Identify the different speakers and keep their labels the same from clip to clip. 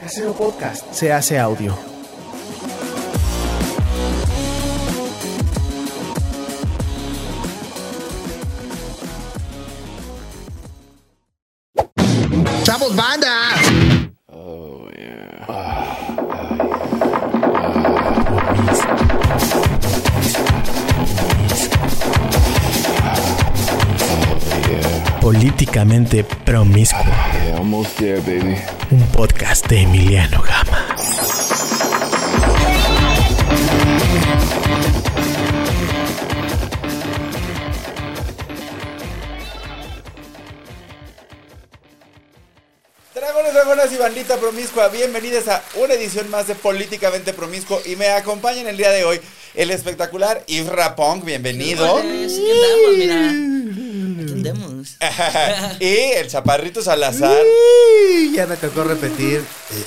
Speaker 1: Casero Podcast se hace audio.
Speaker 2: ¡Chavos, banda!
Speaker 1: Políticamente promiscuo.
Speaker 3: Yeah, almost there, baby.
Speaker 1: Un podcast de Emiliano Gama.
Speaker 4: Dragones, dragonas y bandita promiscua, bienvenidos a una edición más de Políticamente Promiscuo y me acompañan el día de hoy el espectacular Isra Pong, bienvenido,
Speaker 5: Así que andamos, mira. Aquí andamos.
Speaker 4: y el chaparrito Salazar.
Speaker 2: Y ya me tocó repetir. eh,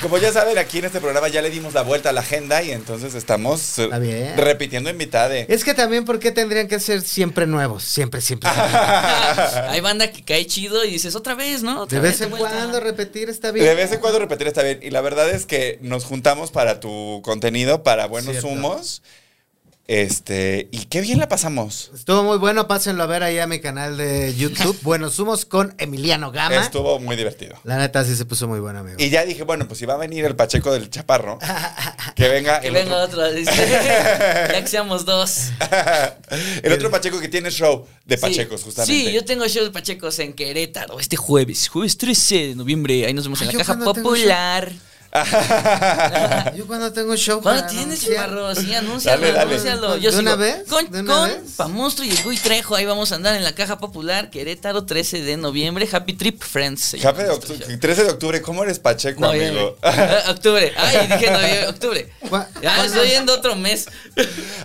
Speaker 4: Como ya saben, aquí en este programa ya le dimos la vuelta a la agenda y entonces estamos eh,
Speaker 2: Está bien.
Speaker 4: repitiendo en mitad de...
Speaker 2: Es que también, ¿por qué tendrían que ser siempre nuevos? Siempre, siempre.
Speaker 5: Hay banda que cae chido y dices otra vez, ¿no? Otra
Speaker 2: De vez
Speaker 5: de
Speaker 2: en
Speaker 5: vuelta.
Speaker 2: cuando repetir está bien.
Speaker 4: De vez en cuando repetir está bien y la verdad es que nos juntamos para tu contenido, para buenos
Speaker 2: Cierto.
Speaker 4: humos. Este, y qué bien la pasamos.
Speaker 2: Estuvo muy bueno, pásenlo a ver ahí a mi canal de YouTube. Buenos Humos con Emiliano Gama.
Speaker 4: Estuvo muy divertido.
Speaker 2: La neta sí se puso muy bueno, amigo.
Speaker 4: Y ya dije, bueno, pues si va a venir el Pacheco del Chaparro, que venga
Speaker 5: Que
Speaker 4: el
Speaker 5: venga
Speaker 4: otro.
Speaker 5: otra, dice. ya que seamos dos.
Speaker 4: el otro Pacheco que tiene show de Pachecos,
Speaker 5: Sí.
Speaker 4: justamente.
Speaker 5: Sí, yo tengo show de Pachecos en Querétaro este jueves, jueves 13 de noviembre. Ahí nos vemos en
Speaker 2: Ay,
Speaker 5: la
Speaker 2: yo
Speaker 5: caja
Speaker 2: cuando tengo
Speaker 5: popular.
Speaker 2: Yo cuando tengo show.
Speaker 5: ¿Cuándo
Speaker 2: para
Speaker 5: tienes,
Speaker 2: anunciar-
Speaker 5: Chaparro? Sí, anúncialo,
Speaker 4: Dale, dale.
Speaker 5: anúncialo.
Speaker 2: ¿De una vez?
Speaker 5: Con,
Speaker 2: ¿De
Speaker 5: con
Speaker 2: una vez?
Speaker 5: Pamonstro y el Gui Trejo, ahí vamos a andar en la caja popular, Querétaro, 13 de noviembre. Happy Trip Friends. se llama
Speaker 4: Jape de
Speaker 5: nuestro show.
Speaker 4: octu- 13 de octubre, ¿cómo eres Pacheco,
Speaker 5: No, ya,
Speaker 4: amigo?
Speaker 5: ya. Ah, octubre. Ay, dije noviembre, octubre.
Speaker 2: ¿Cuá-
Speaker 5: Ya
Speaker 2: cuándo-
Speaker 5: estoy yendo otro mes.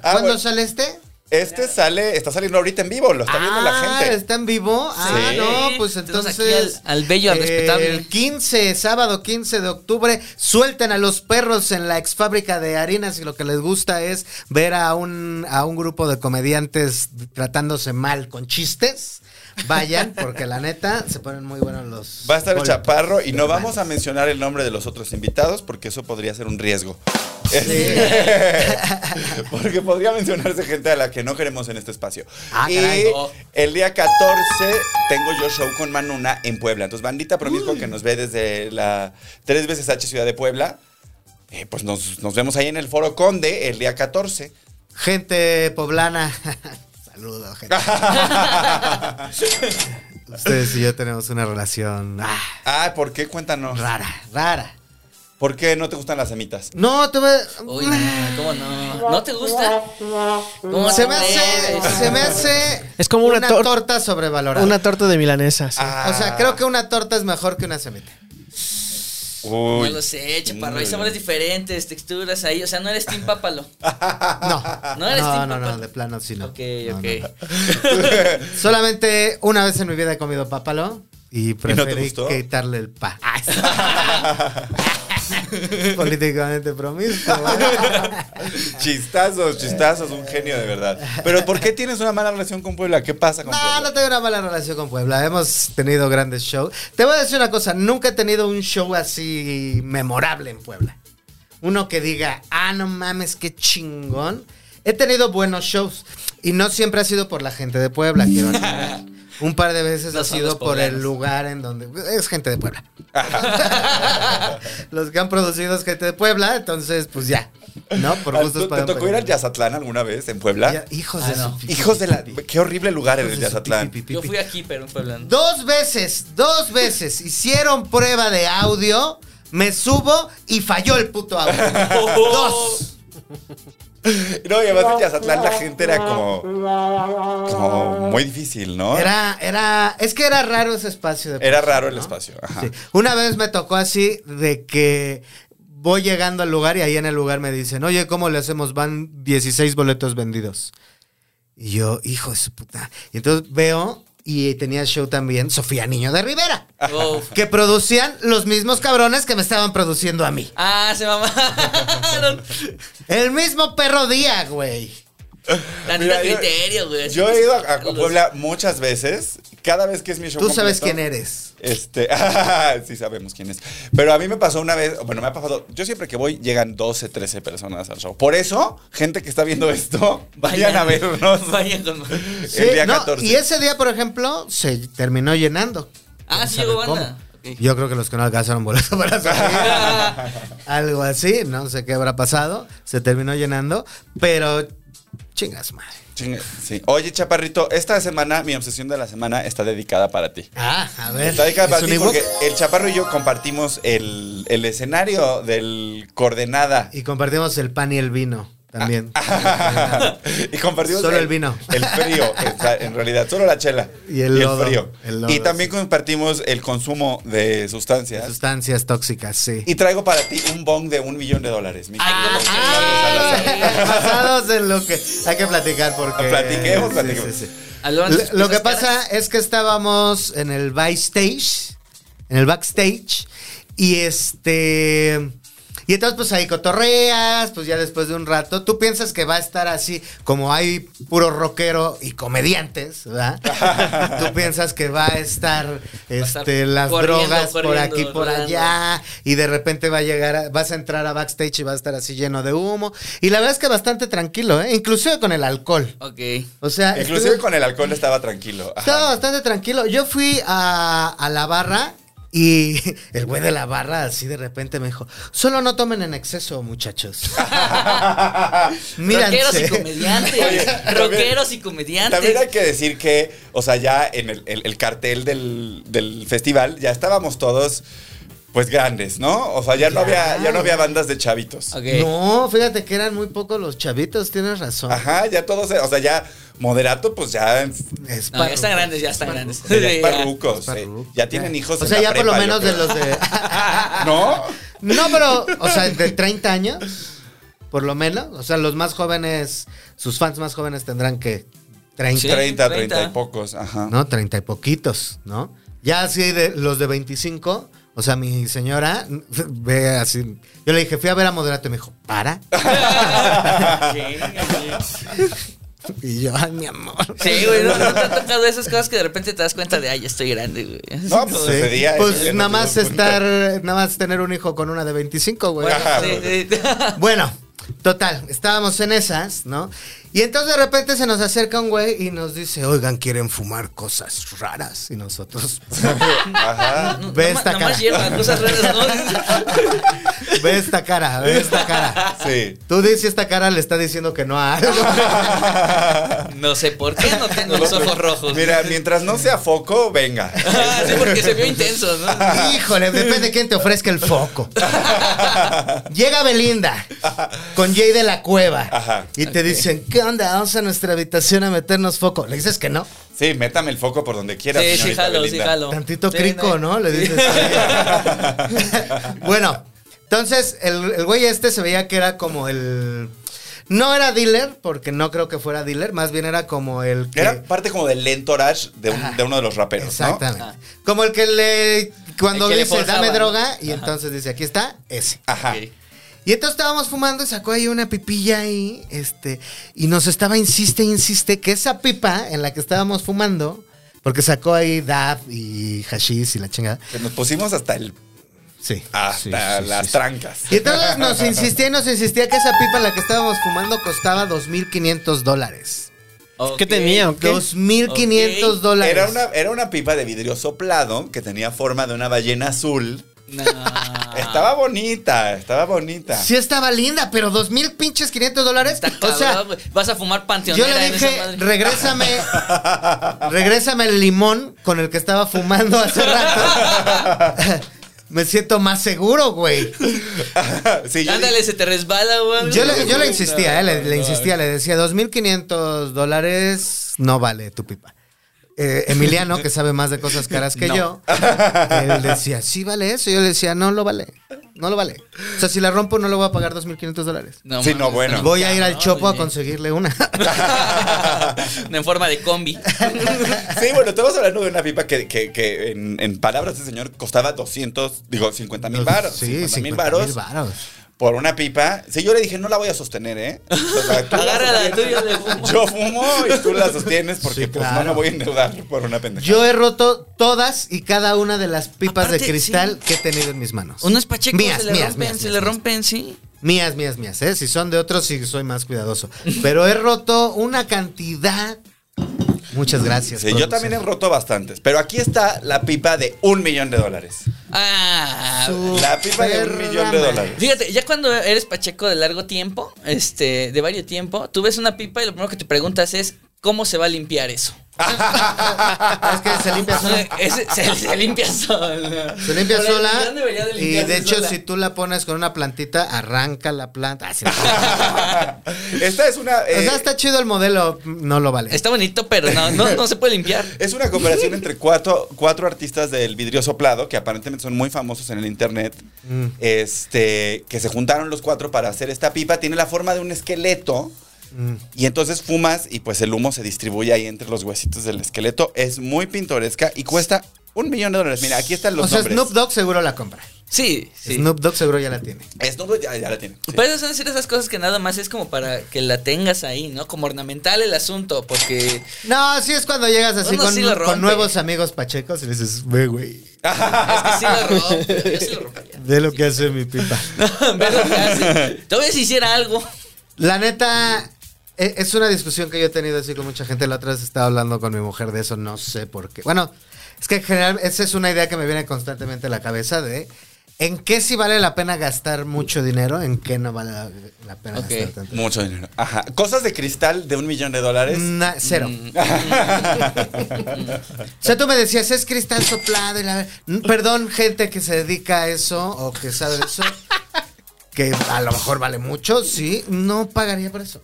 Speaker 4: Ah,
Speaker 2: ¿Cuándo
Speaker 4: bueno,
Speaker 2: sale este?
Speaker 4: este sale, está saliendo ahorita en vivo, lo está viendo la
Speaker 2: Ah,
Speaker 4: gente.
Speaker 2: ¿está en vivo? Ah,
Speaker 4: Sí.
Speaker 2: no, pues
Speaker 5: Tenemos aquí
Speaker 2: entonces.
Speaker 5: al- al bello, al respetable.
Speaker 2: El 15, sábado 15 de octubre, suelten a los perros en la ex fábrica de harinas y lo que les gusta es ver a un, a un grupo de comediantes tratándose mal con chistes. Vayan, porque la neta se ponen muy buenos los.
Speaker 4: Va a estar el
Speaker 2: golpes.
Speaker 4: Chaparro y no vamos a mencionar el nombre de los otros invitados porque eso podría ser un riesgo. porque podría mencionarse gente a la que no queremos en este espacio.
Speaker 2: Ah,
Speaker 4: y
Speaker 2: caray.
Speaker 5: Oh.
Speaker 4: el día 14 tengo yo show con Manuna en Puebla. Entonces, bandita promiscua que nos ve desde la tres veces H Ciudad de Puebla, eh, pues nos, nos vemos ahí en el Foro Conde el día 14.
Speaker 2: Gente poblana. Saludos, gente. Ustedes y yo tenemos una relación ah,
Speaker 4: ah, ¿por qué? Cuéntanos.
Speaker 2: rara, rara.
Speaker 4: ¿Por qué no te gustan las semitas?
Speaker 2: No, tuve.
Speaker 5: Uy, no, ¿cómo no? ¿No te gusta? ¿Cómo
Speaker 2: Se me hace,
Speaker 5: crees?
Speaker 2: se me hace
Speaker 1: Es como una tor-
Speaker 2: torta sobrevalorada.
Speaker 1: Una torta de milanesa. sí.
Speaker 4: Ah.
Speaker 2: o sea, creo que una torta es mejor que una semita.
Speaker 4: Uy.
Speaker 5: No lo sé, chaparro.
Speaker 4: Uy.
Speaker 5: Hay sabores diferentes, texturas ahí. O sea, no eres Team Pápalo.
Speaker 2: No.
Speaker 5: ¿No eres
Speaker 2: no,
Speaker 5: team
Speaker 2: no,
Speaker 5: papá?
Speaker 2: no, de plano sí no.
Speaker 5: Ok,
Speaker 2: No, no,
Speaker 5: ok.
Speaker 2: no. Solamente una vez en mi vida he comido pápalo y preferí
Speaker 4: gustó?
Speaker 2: quitarle el pa. Ah, sí. Políticamente promiscuo.
Speaker 4: Chistazos, chistazos, un genio de verdad. Pero ¿por qué tienes una mala relación con Puebla? ¿Qué pasa con
Speaker 2: No, no
Speaker 4: Puebla?
Speaker 2: tengo una mala relación con Puebla. Hemos tenido grandes shows. Te voy a decir una cosa, nunca he tenido un show así memorable en Puebla. Uno que diga, ah, no mames, qué chingón. He tenido buenos shows y no siempre ha sido por la gente de Puebla. quiero aclarar. un par de veces
Speaker 5: No
Speaker 2: ha
Speaker 5: son
Speaker 2: sido
Speaker 5: los
Speaker 2: por el
Speaker 5: poblanos.
Speaker 2: lugar en donde... Es gente de Puebla. Los que han producido es gente de Puebla, entonces pues ya. ¿No? Por
Speaker 4: Ah,
Speaker 2: gustos
Speaker 4: ¿Te, te
Speaker 2: pagan
Speaker 4: tocó ir al
Speaker 2: penales.
Speaker 4: Yazatlán alguna vez en Puebla?
Speaker 2: Ya, Hijos
Speaker 5: Ah,
Speaker 2: de
Speaker 5: no.
Speaker 2: su-
Speaker 4: Hijos de la... Qué horrible lugar era
Speaker 2: Hijos
Speaker 4: el
Speaker 2: de su
Speaker 4: Yazatlán.
Speaker 2: pipi, pipi,
Speaker 5: Yo
Speaker 2: pipi.
Speaker 5: fui aquí, pero en Puebla. no.
Speaker 2: Dos veces, dos veces hicieron prueba de audio, me subo y falló el puto audio. dos.
Speaker 4: No, y además en Yazatlán la gente era como... Como muy difícil, ¿no? Era,
Speaker 2: Era, era, es que era raro ese espacio. De
Speaker 4: raro el
Speaker 2: ¿no?
Speaker 4: espacio. Ajá.
Speaker 2: Sí. Una vez me tocó así de que voy llegando al lugar y ahí en el lugar me dicen, oye, ¿cómo le hacemos? Van 16 boletos vendidos. Y yo, hijo de su puta. Y entonces veo y tenía show también Sofía Niño de Rivera,
Speaker 5: Uf.
Speaker 2: que producían los mismos cabrones que me estaban produciendo a mí.
Speaker 5: Ah, se mamaron.
Speaker 2: El mismo perro día, güey.
Speaker 5: Tantito
Speaker 4: Mira, yo-
Speaker 5: criterio, güey.
Speaker 4: Yo he ido a, a Puebla muchas veces. Cada vez que es mi show
Speaker 2: Tú sabes
Speaker 4: completo-
Speaker 2: quién eres.
Speaker 4: Este, sí sabemos quién es. Pero a mí me pasó una vez, bueno, me ha pasado, yo siempre que voy llegan 12, 13 personas al show. Por eso, gente que está viendo esto, vayan, a vernos
Speaker 5: Vayan con.
Speaker 2: Sí,
Speaker 4: el día
Speaker 2: no,
Speaker 4: 14.
Speaker 2: Y ese día, por ejemplo, se terminó llenando.
Speaker 5: Ah,
Speaker 2: No
Speaker 5: sí
Speaker 2: sabe
Speaker 5: llegó
Speaker 2: cómo.
Speaker 5: banda. Ok.
Speaker 2: Yo creo que los que no alcanzaron boleto para salir. algo así, no sé qué habrá pasado. Se terminó llenando, pero chingas madre.
Speaker 4: Chinga, sí. Oye, Chaparrito, esta semana, mi obsesión de la semana está dedicada para ti.
Speaker 2: Ah, a ver.
Speaker 4: Está dedicada
Speaker 2: ¿es
Speaker 4: para
Speaker 2: un
Speaker 4: ti
Speaker 2: Ewok?
Speaker 4: porque el Chaparro y yo compartimos el, el escenario del coordenada.
Speaker 2: Y compartimos el pan y el vino también.
Speaker 4: Ah. y compartimos
Speaker 2: Solo el vino.
Speaker 4: El frío, o sea, en realidad, solo la chela.
Speaker 2: Y el lodo,
Speaker 4: frío.
Speaker 2: el lodo,
Speaker 4: y también
Speaker 2: sí.
Speaker 4: compartimos el consumo de sustancias.
Speaker 2: Sustancias tóxicas, sí.
Speaker 4: y traigo para ti un bong de un millón de dólares. mi querido
Speaker 5: como que-
Speaker 4: Gonzalo Salazar.
Speaker 2: Basados en lo que hay que platicar porque
Speaker 4: Ah, Platiquemos,
Speaker 2: Sí,
Speaker 4: platiquemos.
Speaker 2: sí, sí.
Speaker 5: Hablaban de sus
Speaker 2: Lo que
Speaker 5: cosas
Speaker 2: pasa
Speaker 5: caras.
Speaker 2: es que estábamos en el backstage, en el backstage, y este. Y entonces, pues ahí cotorreas, pues ya después de un rato, tú piensas que va a estar así, como hay puro rockero y comediantes, ¿verdad? tú piensas que va a estar
Speaker 5: a estar
Speaker 2: este, las
Speaker 5: corriendo,
Speaker 2: drogas por
Speaker 5: corriendo,
Speaker 2: aquí, por
Speaker 5: rodando.
Speaker 2: allá, y de repente va a llegar, a- vas a entrar a backstage y va a estar así lleno de humo. Y la verdad es que bastante tranquilo, ¿eh? Inclusive con el alcohol.
Speaker 5: Ok.
Speaker 2: O sea,
Speaker 4: Inclusive
Speaker 2: estuve-
Speaker 4: con el alcohol estaba tranquilo. Ajá.
Speaker 2: estaba bastante tranquilo. Yo fui a, a la barra y el güey de la barra así de repente me dijo, solo no tomen en exceso, muchachos. Míranse.
Speaker 5: Rockeros y
Speaker 4: Oye,
Speaker 5: comediantes.
Speaker 4: también-
Speaker 5: Rockeros y comediantes.
Speaker 4: También hay que decir que, o sea, ya en el, el- el cartel del, del festival ya estábamos todos, pues grandes, ¿no? O sea, ya, no
Speaker 2: Ya.
Speaker 4: había, ya no había bandas de chavitos.
Speaker 5: Ok.
Speaker 2: No, fíjate que eran muy pocos los chavitos, tienes razón.
Speaker 4: Ajá, ya todos, o sea, ya moderato, pues ya,
Speaker 2: Es
Speaker 5: No, ya están
Speaker 2: parruco.
Speaker 5: grandes, ya están grandes.
Speaker 4: ya es
Speaker 5: Sí,
Speaker 4: parrucos,
Speaker 2: Es
Speaker 4: eh.
Speaker 2: parruco.
Speaker 4: ya tienen hijos.
Speaker 2: O
Speaker 4: en
Speaker 2: sea,
Speaker 4: la
Speaker 2: ya por lo
Speaker 4: prepa, yo
Speaker 2: menos de
Speaker 4: creo.
Speaker 2: los de...
Speaker 4: ¿No?
Speaker 2: No, pero, o sea, de 30 años, por lo menos. O sea, los más jóvenes, sus fans más jóvenes tendrán que 30.
Speaker 5: Sí.
Speaker 4: 30, 30 y
Speaker 5: 30.
Speaker 4: pocos, ajá.
Speaker 2: ¿no? Treinta y poquitos, ¿no? Ya así de los de 25, o sea, mi señora ve así. Yo le dije, fui a ver a Moderato y me dijo, para.
Speaker 5: Chinga, sí.
Speaker 2: Y yo, ay, mi amor.
Speaker 5: Sí, güey, no, no te ha tocado esas cosas que de repente te das cuenta de, ay, ya estoy grande, güey.
Speaker 4: No, pues
Speaker 2: Sí.
Speaker 4: ese día. ese día
Speaker 2: Pues
Speaker 4: no
Speaker 2: nada
Speaker 4: tuvimos
Speaker 2: más
Speaker 4: punto.
Speaker 2: estar, nada más tener un hijo con una de 25, güey.
Speaker 5: Bueno,
Speaker 4: Ajá.
Speaker 5: sí, sí.
Speaker 2: Bueno, total, estábamos en esas, ¿no? Y entonces de repente se nos acerca un güey y nos dice, oigan, quieren fumar cosas raras. Y nosotros,
Speaker 4: Ajá.
Speaker 5: No,
Speaker 2: Ve
Speaker 5: no,
Speaker 2: esta
Speaker 5: no más
Speaker 2: cara.
Speaker 5: hierba, cosas raras, ¿no?
Speaker 2: ve esta cara, ve esta cara.
Speaker 4: Sí.
Speaker 2: Tú dices, esta cara le está diciendo que no a algo.
Speaker 5: No sé por qué no tengo los ojos rojos.
Speaker 4: Mira, mientras no sea foco, venga.
Speaker 5: Ah, sí, porque se vio intenso, ¿no?
Speaker 2: Híjole, depende de quién te ofrezca el foco. Llega Belinda con Jay de la Cueva
Speaker 4: Ajá.
Speaker 2: y te dicen, ¿qué onda? Vamos a nuestra habitación a meternos foco. Le dices que no.
Speaker 4: Sí, métame el foco por donde quiera.
Speaker 5: Sí, sí,
Speaker 4: señorita
Speaker 5: jalo, sí,
Speaker 4: Belinda.
Speaker 5: jalo.
Speaker 2: Tantito
Speaker 5: Sí,
Speaker 2: crico, ¿no? Le dices. sí. bueno, entonces el, el güey este se veía que era como el... No era dealer, porque no creo que fuera dealer, más bien era como el que...
Speaker 4: Era parte como del entourage de, un-
Speaker 2: Ajá.
Speaker 4: de uno de los raperos,
Speaker 2: Exactamente.
Speaker 5: Ah.
Speaker 2: Como el que le... Cuando
Speaker 5: El que le
Speaker 2: dice,
Speaker 5: forjaba,
Speaker 2: dame
Speaker 5: ¿no?
Speaker 2: droga, y
Speaker 5: Ajá.
Speaker 2: entonces dice, aquí está, ese.
Speaker 4: ¿no? Ajá.
Speaker 5: Ok.
Speaker 2: Y entonces estábamos fumando y sacó ahí una pipilla ahí, este, y nos estaba insiste, insiste, que esa pipa en la que estábamos fumando, porque sacó ahí dab y hashish y la chingada.
Speaker 4: Que Nos pusimos hasta el
Speaker 2: Sí.
Speaker 4: hasta
Speaker 2: sí, sí,
Speaker 4: las
Speaker 2: sí, sí.
Speaker 4: trancas.
Speaker 2: Y entonces nos insistía y nos insistía que esa pipa en la que estábamos fumando costaba 2.500 dólares.
Speaker 5: Ok.
Speaker 1: ¿Qué tenía? o qué?
Speaker 2: 2.500
Speaker 5: Ok.
Speaker 2: dólares.
Speaker 4: Era una, era una pipa de vidrio soplado que tenía forma de una ballena azul.
Speaker 5: No.
Speaker 4: Estaba bonita, estaba bonita.
Speaker 2: Sí estaba linda, pero 2.000 pinches 500 dólares.
Speaker 5: Está
Speaker 2: O sea,
Speaker 5: cabrón, güey. vas a fumar
Speaker 2: Yo
Speaker 5: panteonera
Speaker 2: le
Speaker 5: en
Speaker 2: dije,
Speaker 5: esa madre.
Speaker 2: regrésame, regrésame el limón con el que estaba fumando hace rato. Me siento más seguro, güey.
Speaker 4: Sí, yo-
Speaker 5: Ándale, se te resbala, güey.
Speaker 2: Yo le, yo le insistía, eh, le, le
Speaker 5: No,
Speaker 2: insistía, le decía, 2.500 dólares no vale tu pipa. Eh, Emiliano, que sabe más de cosas caras que
Speaker 5: No.
Speaker 2: yo, él decía, sí vale eso. Yo le decía, no lo vale, no lo vale. O sea, si la rompo no le voy a pagar 2.500 dólares.
Speaker 5: No,
Speaker 4: Sí, no,
Speaker 5: mames,
Speaker 4: bueno.
Speaker 5: no,
Speaker 2: Voy a ir al
Speaker 5: no,
Speaker 2: chopo a
Speaker 5: oye.
Speaker 2: conseguirle una.
Speaker 5: en forma de combi.
Speaker 4: Sí, bueno, estamos hablando de una pipa que, que- que en, en palabras del señor costaba 200, digo, 50 mil baros.
Speaker 2: Sí,
Speaker 4: 50 mil
Speaker 2: 50,000
Speaker 4: baros.
Speaker 2: varos.
Speaker 4: por una pipa. Si yo le dije, no la voy a sostener, ¿eh? O sea, tú la
Speaker 5: Agarra la
Speaker 4: sostienes.
Speaker 5: tuya, le fumo.
Speaker 4: Yo fumo y tú la sostienes porque
Speaker 2: Sí,
Speaker 4: pues,
Speaker 2: claro.
Speaker 4: no me voy a endeudar por una pendejada.
Speaker 2: Yo he roto todas y cada una de las pipas
Speaker 5: Aparte,
Speaker 2: de cristal que he tenido en mis manos.
Speaker 5: Uno es pacheco,
Speaker 2: Mías,
Speaker 5: se le
Speaker 2: mías,
Speaker 5: rompen,
Speaker 2: mías,
Speaker 5: se le
Speaker 2: mías,
Speaker 5: rompen, sí.
Speaker 2: Mías, mías, mías, ¿eh? Si son de otros, sí soy más cuidadoso. Pero he roto una cantidad. Muchas gracias.
Speaker 4: Sí, yo también he roto bastantes, pero aquí está la pipa de un millón de dólares.
Speaker 5: Ah,
Speaker 4: La pipa de un
Speaker 2: Perra
Speaker 4: millón de
Speaker 2: madre.
Speaker 4: dólares.
Speaker 5: Fíjate, ya cuando eres pacheco de largo tiempo, este, de varios tiempo, tú ves una pipa y lo primero que te preguntas es cómo se va a limpiar eso.
Speaker 2: Es que se limpia sola.
Speaker 5: Ese- se, se limpia sola.
Speaker 2: Se limpia
Speaker 5: Por ahí, ya
Speaker 2: sola.
Speaker 5: debería de
Speaker 2: y de
Speaker 5: limpiarse
Speaker 2: hecho,
Speaker 5: sola.
Speaker 2: si tú la pones con una plantita, arranca la planta. Ah, sí.
Speaker 4: Esta es una.
Speaker 2: o
Speaker 4: eh,
Speaker 2: sea, está chido el modelo, no lo vale.
Speaker 5: Está bonito, pero no, no, no se puede limpiar.
Speaker 4: Es una comparación entre cuatro, cuatro artistas del vidrio soplado, que aparentemente son muy famosos en el internet, este, que se juntaron los cuatro para hacer esta pipa. Tiene la forma de un esqueleto. Y entonces fumas y pues el humo se distribuye ahí entre los huesitos del esqueleto. Es muy pintoresca y cuesta un millón de dólares. Mira, aquí están los
Speaker 2: o sea,
Speaker 4: nombres.
Speaker 2: Snoop Dogg seguro la compra.
Speaker 5: Sí, sí.
Speaker 2: Snoop Dogg seguro ya la tiene.
Speaker 4: Snoop Dogg ya, ya la tiene. Sí.
Speaker 5: Pero esas son decir esas cosas que nada más es como para que la tengas ahí, ¿no? Como ornamental el asunto, porque
Speaker 2: No, sí es cuando llegas así
Speaker 5: Uno
Speaker 2: con,
Speaker 5: sí lo
Speaker 2: con
Speaker 5: rompe.
Speaker 2: nuevos amigos pachecos y le dices, ve, güey,
Speaker 5: es que sí lo rompe, yo sí lo rompería.
Speaker 2: ve lo que hace mi pipa.
Speaker 5: Ve lo que hace. Todavía si hiciera algo.
Speaker 2: La neta, e- es una discusión que yo he tenido así con mucha gente. La otra vez estaba hablando con mi mujer de eso, no sé por qué. Bueno, es que en general esa es una idea que me viene constantemente a la cabeza de en qué sí vale la pena gastar mucho dinero, en qué no vale la, la pena
Speaker 5: Ok.
Speaker 2: gastar tanto.
Speaker 4: Mucho dinero. Ajá. Cosas de cristal de un millón de dólares.
Speaker 2: Na- cero.
Speaker 5: Mm.
Speaker 2: O sea, tú me decías, es cristal soplado. Y la... N- Perdón, gente que se dedica a eso o que sabe de eso, que a lo mejor vale mucho, sí, no pagaría por eso.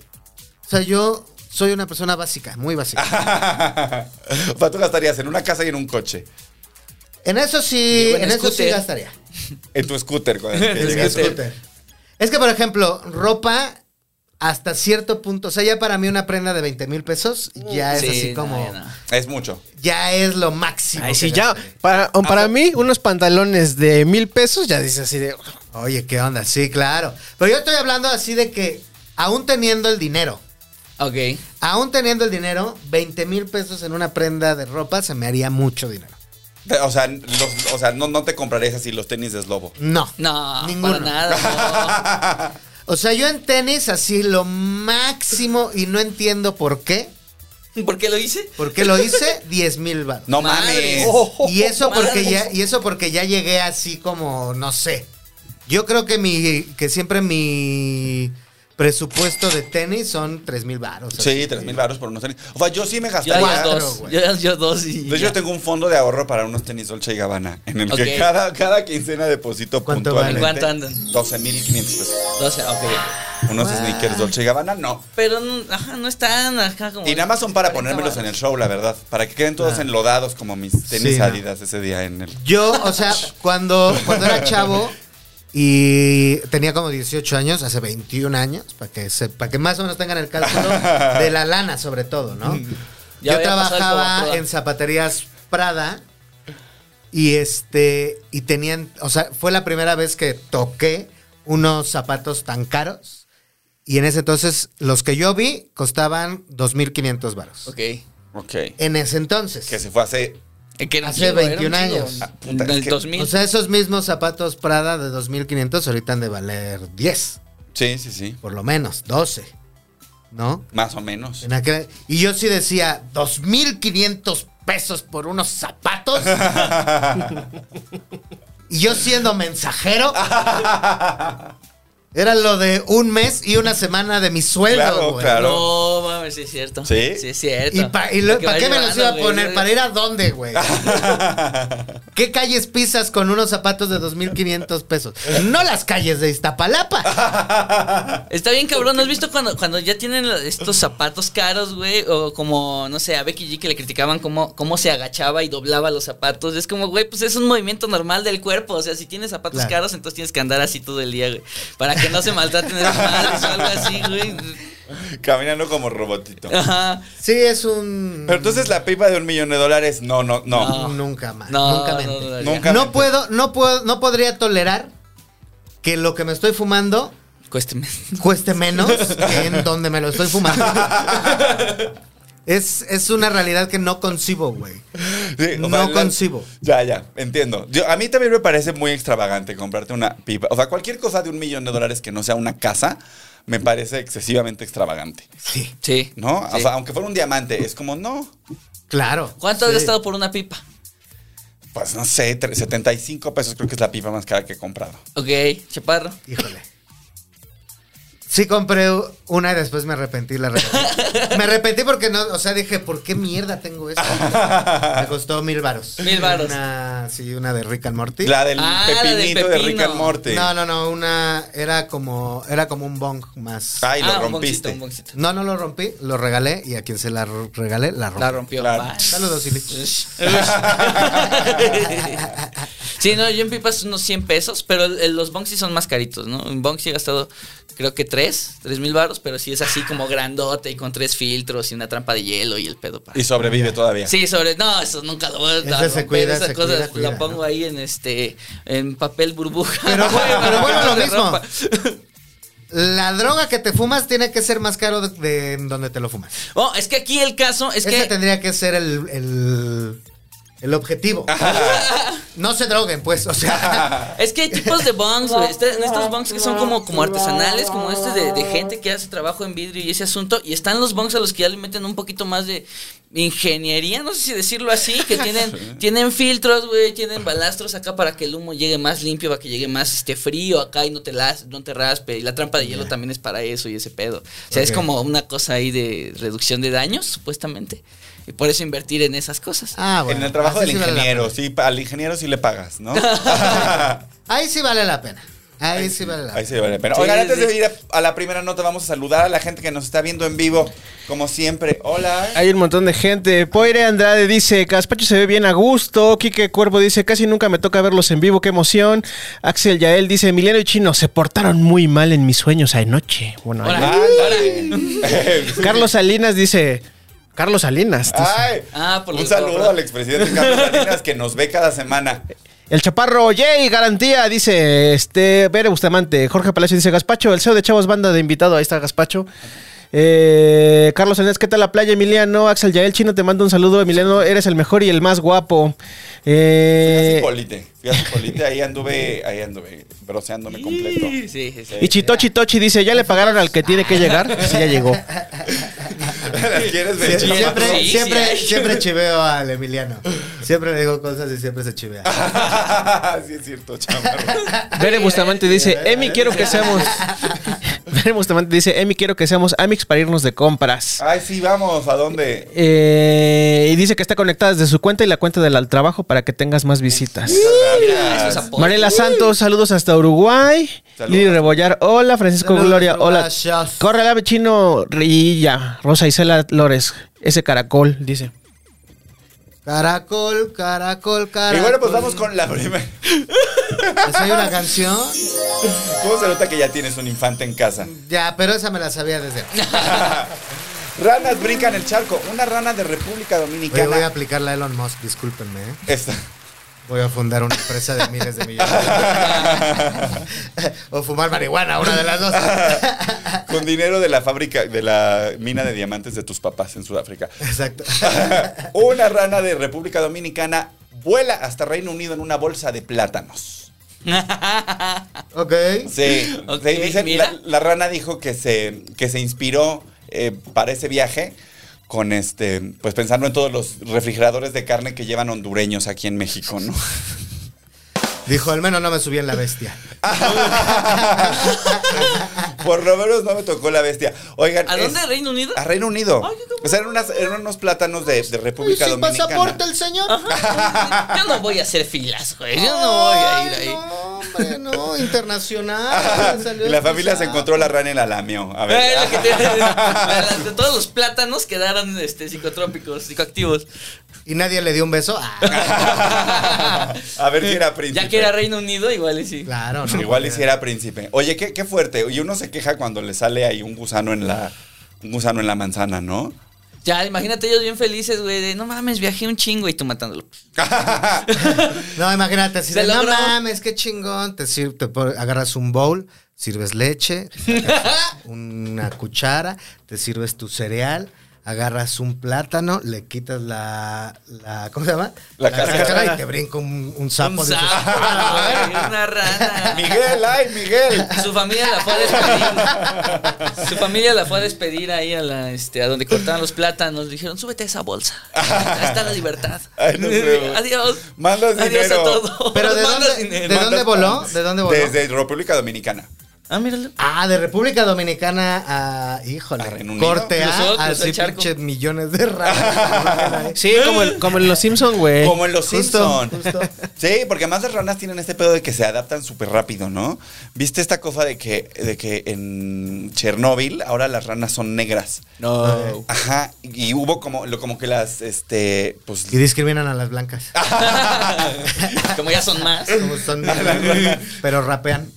Speaker 2: O sea, yo soy una persona básica, muy básica.
Speaker 4: o sea, tú gastarías en una casa y en un coche.
Speaker 2: En eso sí,
Speaker 5: Digo, en
Speaker 2: en eso sí
Speaker 5: scooter.
Speaker 2: gastaría.
Speaker 4: En tu scooter. con el que
Speaker 5: En
Speaker 4: llegas.
Speaker 5: scooter.
Speaker 2: Es que, por ejemplo, ropa hasta cierto punto, o sea, ya para mí una prenda de 20 mil pesos ya es
Speaker 5: Sí,
Speaker 2: así
Speaker 5: no,
Speaker 2: como,
Speaker 5: ya no.
Speaker 4: Es mucho.
Speaker 2: ya es lo máximo.
Speaker 1: Ay,
Speaker 2: que
Speaker 1: sí, ya.
Speaker 2: gastaría.
Speaker 1: Para, o
Speaker 2: Ah,
Speaker 1: para mí, unos pantalones de mil pesos ya dices así de.
Speaker 2: Oye, ¿qué onda? Sí, claro. Pero yo estoy hablando así de que, aún teniendo el dinero,
Speaker 5: Ok.
Speaker 2: aún teniendo el dinero, 20 mil pesos en una prenda de ropa se me haría mucho dinero.
Speaker 4: Te- O sea, los- o sea no, no te comprarías así los tenis de Slobo.
Speaker 2: No.
Speaker 5: No,
Speaker 2: Ninguno.
Speaker 5: para nada.
Speaker 2: O sea, yo en tenis así lo máximo y no entiendo por qué.
Speaker 5: no. ¿Por qué lo hice?
Speaker 2: ¿Por qué lo hice? 10 mil baros.
Speaker 4: No
Speaker 5: Madre.
Speaker 4: mames.
Speaker 2: Oh, Y eso porque
Speaker 5: Madre.
Speaker 2: ya, y eso porque ya llegué así como, no sé. Yo creo que mi, que siempre mi presupuesto de tenis son 3 mil baros.
Speaker 4: Sí, tres mil baros por unos tenis. O sea, yo sí me
Speaker 5: Yo
Speaker 4: gastaría.
Speaker 5: haría
Speaker 2: Cuatro,
Speaker 5: dos.
Speaker 2: güey.
Speaker 5: Yo, yo dos y.
Speaker 4: Entonces, Pues yo tengo un fondo de ahorro para unos tenis Dolce y Gabbana. En el
Speaker 5: Ok.
Speaker 4: que cada, cada quincena deposito
Speaker 2: ¿Cuánto
Speaker 4: puntualmente.
Speaker 5: valen? ¿Cuánto andan?
Speaker 4: 12,500 pesos.
Speaker 5: 12, ok.
Speaker 4: Unos sneakers Dolce y Gabbana, no.
Speaker 5: Pero mm, ajá, no están acá como.
Speaker 4: Y nada más son para
Speaker 5: 40
Speaker 4: ponérmelos en el
Speaker 5: varos.
Speaker 4: show, la verdad. Para que queden todos enlodados como mis tenis
Speaker 2: Sí, no.
Speaker 4: Adidas ese día en el.
Speaker 2: Yo, o sea, cuando, cuando era chavo y tenía como 18 años, hace 21 años, para que, se, para que más o menos tengan el cálculo de la lana, sobre todo, ¿no?
Speaker 5: Ya
Speaker 2: Yo
Speaker 5: había pasado el
Speaker 2: trabajaba
Speaker 5: Cobaproda.
Speaker 2: en zapaterías Prada y este, y tenían, o sea, fue la primera vez que toqué unos zapatos tan caros. Y en ese entonces, los que yo vi costaban 2.500 varos.
Speaker 5: Ok. Eh,
Speaker 4: Ok.
Speaker 2: En ese entonces.
Speaker 4: Que se fue hace.
Speaker 5: que era un
Speaker 2: Hace
Speaker 5: chingo, era un
Speaker 2: 21
Speaker 5: chingo.
Speaker 2: años.
Speaker 4: Ah, puta,
Speaker 5: En
Speaker 4: es
Speaker 5: el
Speaker 4: que-
Speaker 5: 2000.
Speaker 2: O sea, esos mismos zapatos Prada de 2500 ahorita han de valer 10,
Speaker 4: Sí, sí, sí.
Speaker 2: por lo menos, 12. ¿No?
Speaker 4: Más o menos.
Speaker 2: En aquel- y yo sí decía, 2500 pesos por unos zapatos. y yo siendo mensajero. Era lo de un mes y una semana de mi sueldo,
Speaker 4: Claro,
Speaker 2: güey.
Speaker 4: claro.
Speaker 5: No, mames, sí es cierto.
Speaker 4: ¿Sí?
Speaker 5: Sí es cierto.
Speaker 2: ¿Y, pa- y lo-
Speaker 5: Porque
Speaker 2: para
Speaker 5: vas
Speaker 2: qué me los
Speaker 5: llevando,
Speaker 2: iba a
Speaker 5: güey.
Speaker 2: poner? ¿Para ir a dónde, güey? ¿Qué calles pisas con unos zapatos de 2.500 pesos? No las calles de Iztapalapa.
Speaker 5: Está bien, cabrón. ¿No has visto cuando, cuando ya tienen lo- estos zapatos caros, güey? O como, no sé, a Becky G que le criticaban cómo, cómo se agachaba y doblaba los zapatos. Es como, güey, pues es un movimiento normal del cuerpo. O sea, si tienes zapatos
Speaker 2: Claro.
Speaker 5: caros, entonces tienes que andar así todo el día, güey. Para que no se maltraten las madres o algo así, güey.
Speaker 4: Caminando como robotito.
Speaker 5: Ajá.
Speaker 2: Sí, es un...
Speaker 4: Pero entonces la pipa de un millón de dólares, no, no, no.
Speaker 5: No.
Speaker 2: Nunca más.
Speaker 5: No,
Speaker 2: nunca
Speaker 5: no,
Speaker 2: mente.
Speaker 5: no, no,
Speaker 4: Nunca.
Speaker 2: No puedo, no puedo, no podría tolerar que lo que me estoy fumando
Speaker 5: Cuésteme.
Speaker 2: cueste menos que en donde me lo estoy fumando. Es, es una realidad que no concibo, güey.
Speaker 4: Sí,
Speaker 2: No
Speaker 4: la-
Speaker 2: concibo.
Speaker 4: Ya, ya, entiendo. Yo, a mí también me parece muy extravagante comprarte una pipa. O sea, cualquier cosa de un millón de dólares que no sea una casa, me parece excesivamente extravagante.
Speaker 2: Sí,
Speaker 5: Sí.
Speaker 4: ¿No? O
Speaker 5: Sí.
Speaker 4: sea, aunque fuera un diamante, es como, no,
Speaker 2: claro.
Speaker 5: ¿Cuánto has
Speaker 2: Sí.
Speaker 5: gastado por una pipa?
Speaker 4: pues no sé, tre- 75 pesos creo que es la pipa más cara que he comprado.
Speaker 5: Ok, chaparro.
Speaker 2: Híjole. Sí compré una y después me arrepentí, la regalé. Me arrepentí porque no, o sea, dije, ¿por qué mierda tengo esto? Me costó mil varos.
Speaker 5: Mil varos.
Speaker 2: Una, sí, una de Rick and Morty.
Speaker 4: La del
Speaker 5: Ah, la del
Speaker 4: pepinito de Rick
Speaker 5: pepino.
Speaker 4: and Morty.
Speaker 2: No, no, no, una era como era como un bong más.
Speaker 4: Ay, lo
Speaker 5: ah, un boncito,
Speaker 4: rompiste.
Speaker 5: un boncito.
Speaker 2: No, no lo rompí, lo regalé y a quien se la r- regalé la rompí.
Speaker 5: La rompió.
Speaker 4: Claro.
Speaker 5: Va.
Speaker 2: Saludos, Ili.
Speaker 5: Ush. sí, no, yo en pipas unos 100 pesos, pero el- el- los bongs sí son más caritos, ¿no? En bongs sí he gastado, creo que 3, 3 mil baros, pero sí es así como grandote y con tres filtros y una trampa de hielo y el pedo para...
Speaker 4: Y sobrevive todavía.
Speaker 5: Sí, sobre. No, eso nunca lo voy a
Speaker 2: Ese
Speaker 5: romper.
Speaker 2: se cuida,
Speaker 5: Esas
Speaker 2: se
Speaker 5: cosas
Speaker 2: cuida, cuida,
Speaker 5: la pongo
Speaker 2: ¿no?
Speaker 5: ahí en este. En papel burbuja.
Speaker 2: Pero bueno, pero bueno, lo
Speaker 5: De
Speaker 2: mismo.
Speaker 5: ropa.
Speaker 2: La droga que te fumas tiene que ser más caro de, de donde te lo fumas.
Speaker 5: Oh, es que aquí el caso es
Speaker 2: Ese
Speaker 5: que.
Speaker 2: tendría que ser el, el, el objetivo. No se droguen, pues, o sea.
Speaker 5: Es que hay tipos de bongs, güey. Está- estos bongs que son como, como artesanales, como este de, de gente que hace trabajo en vidrio y ese asunto. Y están los bongs a los que ya le meten un poquito más de ingeniería, no sé si decirlo así, que tienen, tienen filtros, güey, tienen balastros acá para que el humo llegue más limpio, para que llegue más este frío acá y no te las, no te raspe. Y la trampa de hielo también es para eso y ese pedo. O sea, es
Speaker 2: Ok.
Speaker 5: como una cosa ahí de reducción de daños, supuestamente. Y por eso invertir en esas cosas.
Speaker 2: Ah, bueno,
Speaker 4: en el trabajo
Speaker 2: así
Speaker 4: del
Speaker 2: sí vale la
Speaker 4: ingeniero, sí, pa- al ingeniero sí le pagas, ¿no?
Speaker 2: pena. Ahí sí vale la pena. Ahí sí vale la
Speaker 4: Ahí
Speaker 2: pena.
Speaker 4: sí vale la pena.
Speaker 5: Sí,
Speaker 4: Oigan,
Speaker 5: sí,
Speaker 4: antes
Speaker 5: sí.
Speaker 4: de ir a, a la primera nota, vamos a saludar a la gente que nos está viendo en vivo, como siempre. Hola.
Speaker 1: Hay un montón de gente. Poire Andrade dice, Caspacho se ve bien a gusto. Quique Cuervo dice, casi nunca me toca verlos en vivo, qué emoción. Axel Yael dice, Emiliano y Chino se portaron muy mal en mis sueños anoche. Bueno,
Speaker 5: Hola.
Speaker 1: ahí
Speaker 4: Ándale.
Speaker 1: va. Carlos Salinas dice, Carlos Salinas. dice.
Speaker 4: Ay,
Speaker 5: Ah, por
Speaker 4: un
Speaker 5: el
Speaker 4: saludo
Speaker 5: gorro.
Speaker 4: al expresidente Carlos Salinas que nos ve cada semana.
Speaker 1: El Chaparro, yay, garantía, dice este Bere Bustamante. Jorge Palacio dice, Gaspacho, el CEO de Chavos Banda de invitado, ahí está Gaspacho. Eh, Carlos Salinas, ¿qué tal la playa, Emiliano? Axel Yael Chino, te mando un saludo, Emiliano, eres el mejor y el más guapo.
Speaker 4: Fui a
Speaker 1: Eh,
Speaker 4: Cipolite, fui a Cipolite, ahí anduve, ahí anduve, broceándome completo.
Speaker 5: Sí, sí, sí.
Speaker 1: Y Chitochi Tochi dice, ¿ya le pagaron al que tiene que llegar? Sí, ya llegó.
Speaker 4: ¿Las quieres ver?
Speaker 2: Sie-
Speaker 5: Sí,
Speaker 2: Siempre,
Speaker 5: sí,
Speaker 2: siempre,
Speaker 5: sí.
Speaker 2: siempre chiveo al Emiliano. Siempre le digo cosas y siempre se chivea.
Speaker 4: sí, es cierto, chamarro.
Speaker 1: Bere Bustamante dice, Emi, quiero que seamos... Bere Bustamante dice, Emi, quiero que seamos Amix para irnos de compras.
Speaker 4: Ay, sí, vamos, ¿a dónde?
Speaker 1: Eh, y dice que está conectada desde su cuenta y la cuenta del al trabajo para que tengas más visitas.
Speaker 5: Ah, eso es apoyo.
Speaker 1: Mariela Santos, saludos hasta Uruguay.
Speaker 4: Saludos.
Speaker 1: Lili Rebollar, hola. Francisco
Speaker 2: Saludos,
Speaker 1: Gloria, hola.
Speaker 2: gracias.
Speaker 1: Corre la vecino Rilla. Rosa Isela Lores, ese caracol, dice.
Speaker 2: Caracol, caracol, caracol.
Speaker 4: Y bueno, pues vamos con la primera.
Speaker 2: ¿Les oigo una canción?
Speaker 4: ¿Cómo se nota que ya tienes un infante en casa?
Speaker 2: Ya, pero esa me la sabía desde antes.
Speaker 4: Ranas brincan el charco. Una rana de República
Speaker 2: Oye, voy a
Speaker 4: Dominicana.
Speaker 2: aplicar la Elon Musk, discúlpenme. ¿eh?
Speaker 4: Esta.
Speaker 2: Voy a fundar una empresa de miles de millones. o fumar marihuana, una de las dos.
Speaker 4: Con dinero de la fábrica, de la mina de diamantes de tus papás en Sudáfrica.
Speaker 2: Exacto.
Speaker 4: Una rana de República Dominicana vuela hasta Reino Unido en una bolsa de plátanos.
Speaker 2: ok.
Speaker 4: Sí,
Speaker 5: Ok,
Speaker 4: sí, dicen-
Speaker 5: mira.
Speaker 4: la, la rana dijo que se, que se inspiró eh, para ese viaje con este, pues pensando en todos los refrigeradores de carne que llevan hondureños aquí en México, ¿no?
Speaker 2: Dijo, al menos no me subí en la bestia.
Speaker 4: Por lo menos no me tocó la bestia. Oigan,
Speaker 5: ¿A dónde?
Speaker 4: es-
Speaker 5: ¿Reino Unido?
Speaker 4: A Reino Unido.
Speaker 5: Ay, qué cabrón.
Speaker 4: o sea, eran, unas- eran unos plátanos de, de
Speaker 2: ¿Y
Speaker 4: República
Speaker 2: sin
Speaker 4: Dominicana.
Speaker 2: pasaporte el señor?
Speaker 5: Ajá. Yo no voy a hacer filas, güey. Yo no voy a ir
Speaker 2: Ay,
Speaker 5: ahí.
Speaker 2: No, hombre, no, internacional. Salió
Speaker 4: y la
Speaker 2: el
Speaker 4: familia se
Speaker 2: pisado.
Speaker 4: encontró la rana y la lamió. A ver.
Speaker 5: Eh, lo que te- de todos los plátanos quedaron este, psicotrópicos, psicoactivos.
Speaker 2: ¿Y nadie le dio un beso? Ah,
Speaker 4: A ver si era príncipe.
Speaker 5: Ya que era Reino Unido, igual y sí.
Speaker 2: claro, ¿no?
Speaker 4: Igual hiciera príncipe. Oye, qué, qué fuerte. Y uno se queja cuando le sale ahí un gusano en la. Un gusano en la manzana, ¿no?
Speaker 5: Ya, imagínate ellos bien felices, güey, de no mames, viajé un chingo y tú matándolo.
Speaker 2: No, imagínate, si
Speaker 5: Se
Speaker 2: de, no
Speaker 5: logró.
Speaker 2: mames, qué chingón. Te, sir- te pon- agarras un bowl, sirves leche, sacas una cuchara, te sirves tu cereal, agarras un plátano, le quitas la. la- ¿Cómo se llama?
Speaker 4: La cáscara.
Speaker 2: y te brinca un, un sapo.
Speaker 5: Un
Speaker 2: dices,
Speaker 5: sapo,
Speaker 2: "Ah,
Speaker 5: güey, una rana.
Speaker 4: Miguel, ay, Miguel.
Speaker 5: Su familia la fue a despedir. Su familia la fue a despedir ahí a la este a donde cortaban los plátanos. Le dijeron, "Súbete a esa bolsa. Ahí está la libertad."
Speaker 4: Ay, no creo.
Speaker 5: Adiós.
Speaker 4: Mandas
Speaker 5: Adiós
Speaker 4: dinero.
Speaker 5: a todos.
Speaker 2: Pero ¿de
Speaker 5: Mandas
Speaker 2: dónde-
Speaker 5: dinero.
Speaker 2: de dónde voló? ¿De dónde voló?
Speaker 4: Desde República Dominicana.
Speaker 5: Ah, míralo.
Speaker 2: Ah, de República Dominicana a. Híjole,
Speaker 4: ¿A Reino Unido?
Speaker 2: corte a.
Speaker 5: Cruzó, cruzó
Speaker 2: así
Speaker 5: el charco.
Speaker 2: pinche millones de ranas.
Speaker 1: Sí, como, el- como en Los Simpsons, güey.
Speaker 4: Como en los
Speaker 2: Eh, Justo,
Speaker 4: Simpsons.
Speaker 2: justo.
Speaker 4: Sí, porque además las ranas tienen este pedo de que se adaptan súper rápido, ¿no? ¿Viste esta cosa de que, de que en Chernóbil ahora las ranas son negras? Eh,
Speaker 1: No.
Speaker 4: Ajá, y hubo como, lo, como que las, este, pues...
Speaker 2: Y discriminan a las blancas.
Speaker 4: Ah,
Speaker 5: Como ya son más.
Speaker 2: Como son pero rapean.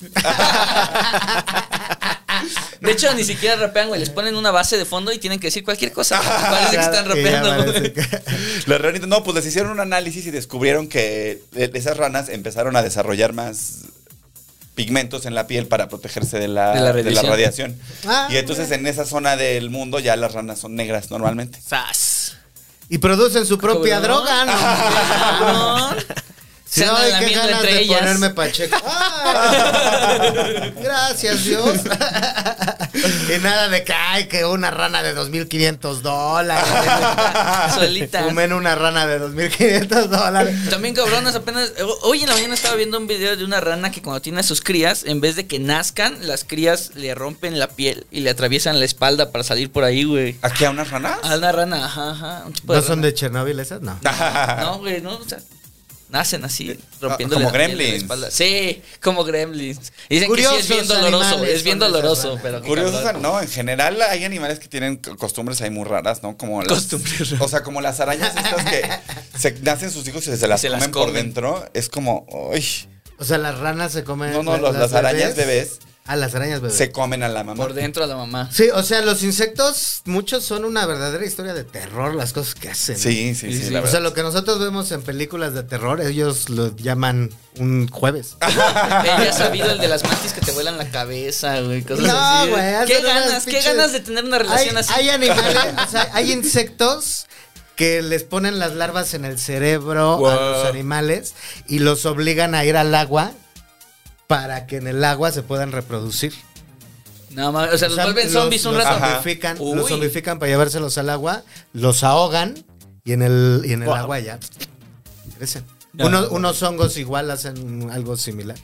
Speaker 5: De hecho, ni siquiera rapean, güey. Les ponen una base de fondo y tienen que decir cualquier cosa. Parece que están
Speaker 2: Que ya
Speaker 5: rapeando,
Speaker 2: parece
Speaker 5: güey.
Speaker 2: que-
Speaker 4: Las ranitas, no, pues les hicieron un análisis y descubrieron que eh, esas ranas empezaron a desarrollar más pigmentos en la piel para protegerse de la,
Speaker 5: De la
Speaker 4: de la
Speaker 5: radiación.
Speaker 4: radiación.
Speaker 2: Ah,
Speaker 4: y entonces en esa zona del mundo ya las ranas son negras normalmente.
Speaker 5: Sas.
Speaker 2: Y producen su propia
Speaker 5: Cabrón.
Speaker 2: droga, ¿no?
Speaker 5: Cabrón.
Speaker 2: Sí,
Speaker 5: Se andan
Speaker 2: ay, qué
Speaker 5: lamiendo
Speaker 2: ganas
Speaker 5: entre
Speaker 2: de
Speaker 5: ellas.
Speaker 2: ponerme pacheco. Ay, gracias, Dios. y nada de que, ay, que una rana de 2.500 dólares.
Speaker 5: Solita.
Speaker 2: Comen una rana de 2.500 dólares.
Speaker 5: También cabronas, apenas. eh, Hoy en la mañana estaba viendo un video de una rana que cuando tiene a sus crías, en vez de que nazcan, las crías le rompen la piel y le atraviesan la espalda para salir por ahí, güey.
Speaker 4: ¿Aquí a unas ranas?
Speaker 5: A una rana, ajá, ajá. Un tipo
Speaker 4: pues,
Speaker 2: ¿No son
Speaker 5: rana.
Speaker 2: de Chernóbil esas? No.
Speaker 5: Ah, No, güey, no, o sea. Nacen así,
Speaker 2: Ah,
Speaker 5: rompiendo
Speaker 4: como
Speaker 5: la piel de la
Speaker 4: gremlins.
Speaker 5: espalda. Sí, como gremlins. Dicen que sí es bien
Speaker 2: Curiosos
Speaker 5: doloroso,
Speaker 2: animales
Speaker 5: es bien
Speaker 2: son esas
Speaker 5: doloroso,
Speaker 2: ranas.
Speaker 5: pero qué
Speaker 4: Curioso,
Speaker 5: cabrón.
Speaker 4: no, en general hay animales que tienen c- costumbres ahí muy raras, ¿no? Como las,
Speaker 5: Costumbres raras.
Speaker 4: O sea, como las arañas estas que se nacen sus hijos y se las,
Speaker 5: se las
Speaker 4: comen, por
Speaker 5: comen.
Speaker 4: dentro. Es como, uy,
Speaker 2: O sea, las ranas se comen.
Speaker 4: No, no, los- las arañas bebés.
Speaker 2: Ah, las arañas bebés.
Speaker 4: se comen a la mamá.
Speaker 5: Por dentro a la mamá.
Speaker 2: Sí, o sea, los insectos, muchos son una verdadera historia de terror, las cosas que hacen.
Speaker 4: Sí, sí, sí,
Speaker 5: Sí, sí.
Speaker 4: la
Speaker 2: O sea,
Speaker 4: verdad.
Speaker 2: lo que nosotros vemos en películas de terror, ellos lo llaman un jueves.
Speaker 5: Ella ha sabido el de las mantis que te vuelan la cabeza, güey, cosas así. güey.
Speaker 2: hacen
Speaker 5: ¿Qué
Speaker 2: unas
Speaker 5: ganas, qué
Speaker 2: pinches-
Speaker 5: ganas de tener una relación
Speaker 2: hay,
Speaker 5: así?
Speaker 2: Hay animales, o sea, hay insectos que les ponen las larvas en el cerebro a
Speaker 4: Wow.
Speaker 2: los animales y los obligan a ir al agua para que en el agua se puedan reproducir.
Speaker 5: No, mames, o sea,
Speaker 2: O
Speaker 5: los
Speaker 2: sea,
Speaker 5: vuelven
Speaker 2: los-
Speaker 5: zombies un
Speaker 2: los
Speaker 5: rato.
Speaker 4: Ajá.
Speaker 2: zombifican,
Speaker 5: Uy.
Speaker 2: los zombifican para llevárselos al agua, los ahogan y en el, y en el
Speaker 1: Wow.
Speaker 2: agua ya crecen.
Speaker 5: Ya.
Speaker 2: Uno- unos hongos igual hacen algo similar.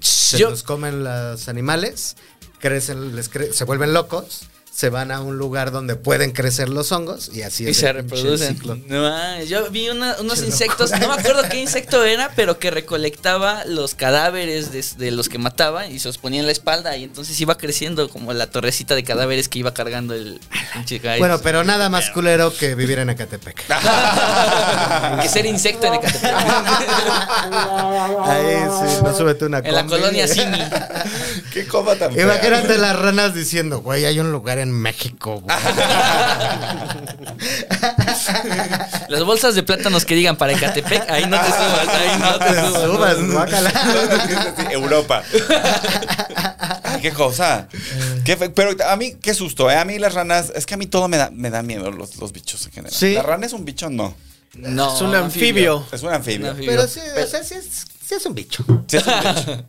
Speaker 2: Se
Speaker 5: Yo,
Speaker 2: los comen los animales, crecen, les cre- se vuelven locos, se van a un lugar donde pueden crecer los hongos y así
Speaker 5: y
Speaker 2: es
Speaker 5: se
Speaker 2: el pinche
Speaker 5: reproducen.
Speaker 2: ciclo.
Speaker 5: No, mames, yo vi una- unos insectos, no me acuerdo qué insecto era, pero que recolectaba los cadáveres de, de los que mataba y se los ponía en la espalda y entonces iba creciendo como la torrecita de cadáveres que iba cargando el pinche guy.
Speaker 2: Bueno, pero nada más culero que vivir en Ecatepec.
Speaker 5: que ser insecto en Ecatepec.
Speaker 2: Ahí sí, no súbete una
Speaker 5: en la
Speaker 2: combi.
Speaker 5: colonia Simi.
Speaker 4: Qué coma tan fea.
Speaker 2: Imagínate las ranas diciendo, güey, hay un lugar en México, güey.
Speaker 5: Las bolsas de plátanos que digan para Ecatepec, ahí no te subas, ahí no te subas.
Speaker 2: subas, guácala.
Speaker 4: Sí, Europa. Ay, qué cosa. Qué fe- pero a mí, qué susto, ¿eh? A mí las ranas, es que a mí todo me da, me da miedo los, los bichos en general.
Speaker 2: Sí.
Speaker 4: ¿La rana es un bicho? No.
Speaker 5: No,
Speaker 1: Es un anfibio.
Speaker 4: Es un anfibio.
Speaker 5: anfibio.
Speaker 2: Pero sí, o sea, sí es, sí es un bicho.
Speaker 4: Sí, es un bicho.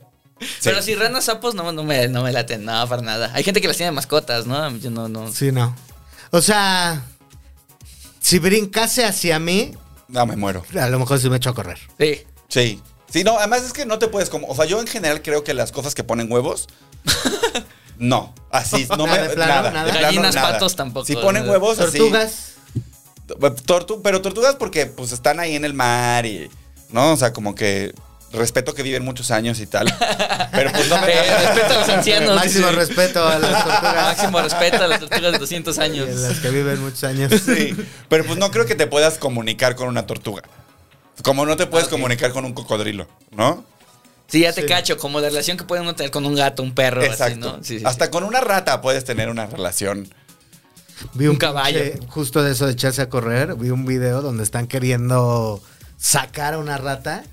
Speaker 5: Pero si ranas, sapos, no, no, me, no me laten, no, para nada. Hay gente que las tiene de mascotas, ¿no? Yo no, no.
Speaker 2: Sí, no. O sea, si brincase hacia mí,
Speaker 4: No, me muero.
Speaker 2: a lo mejor sí me echo a correr.
Speaker 5: Sí.
Speaker 4: Sí. Sí, no, además es que no te puedes como. O sea, yo en general creo que las cosas que ponen huevos. No, así, no
Speaker 2: Nada,
Speaker 4: me.
Speaker 2: de plano,
Speaker 4: nada,
Speaker 2: nada.
Speaker 4: de plano,
Speaker 5: Gallinas,
Speaker 4: nada.
Speaker 5: patos tampoco,
Speaker 4: Si ponen
Speaker 5: ¿no?
Speaker 4: huevos, así.
Speaker 2: Tortugas.
Speaker 4: Tortu- pero tortugas porque pues están ahí en el mar y. ¿No? O sea, como que. Respeto que viven muchos años y tal. Pero pues no me.
Speaker 5: Pero respeto a los ancianos.
Speaker 2: Máximo
Speaker 5: dice.
Speaker 2: respeto a las tortugas.
Speaker 5: Máximo respeto a las tortugas de 200
Speaker 2: Y
Speaker 5: años.
Speaker 2: a las que viven muchos años.
Speaker 4: Sí. Pero pues no creo que te puedas comunicar con una tortuga. Como no te
Speaker 5: Ah,
Speaker 4: puedes comunicar con un cocodrilo, ¿no?
Speaker 5: Sí, ya te
Speaker 2: Sí.
Speaker 5: cacho, como la relación que pueden uno tener con un gato, un perro, así,
Speaker 4: Exacto.
Speaker 5: ¿no? Sí, sí, sí.
Speaker 4: Hasta con una rata puedes tener una relación.
Speaker 2: Vi
Speaker 5: Un caballo.
Speaker 2: pinche- Justo de eso de echarse a correr. Vi un video donde están queriendo sacar a una rata.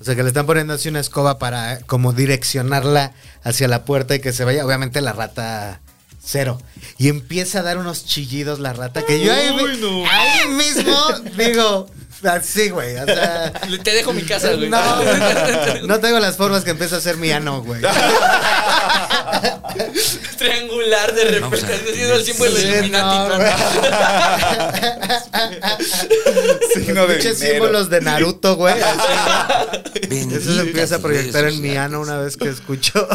Speaker 2: O sea, que le están poniendo así una escoba para eh, como direccionarla hacia la puerta y que se vaya. Obviamente la rata cero. Y empieza a dar unos chillidos la rata que yo ahí,
Speaker 5: Uy, no.
Speaker 2: ahí mismo digo, así, güey. O sea,
Speaker 5: Te dejo mi casa, güey.
Speaker 2: no, no tengo las formas que empieza a hacer mi ano, güey.
Speaker 5: Triangular de repente. haciendo el símbolo
Speaker 2: Sí, no,
Speaker 5: Illuminati.
Speaker 2: güey.
Speaker 4: Signo de
Speaker 2: Pinches
Speaker 4: dinero.
Speaker 2: símbolos de Naruto, güey. Eso se
Speaker 6: Benditas
Speaker 2: empieza a proyectar
Speaker 6: redes
Speaker 2: en mi ano una vez que escucho.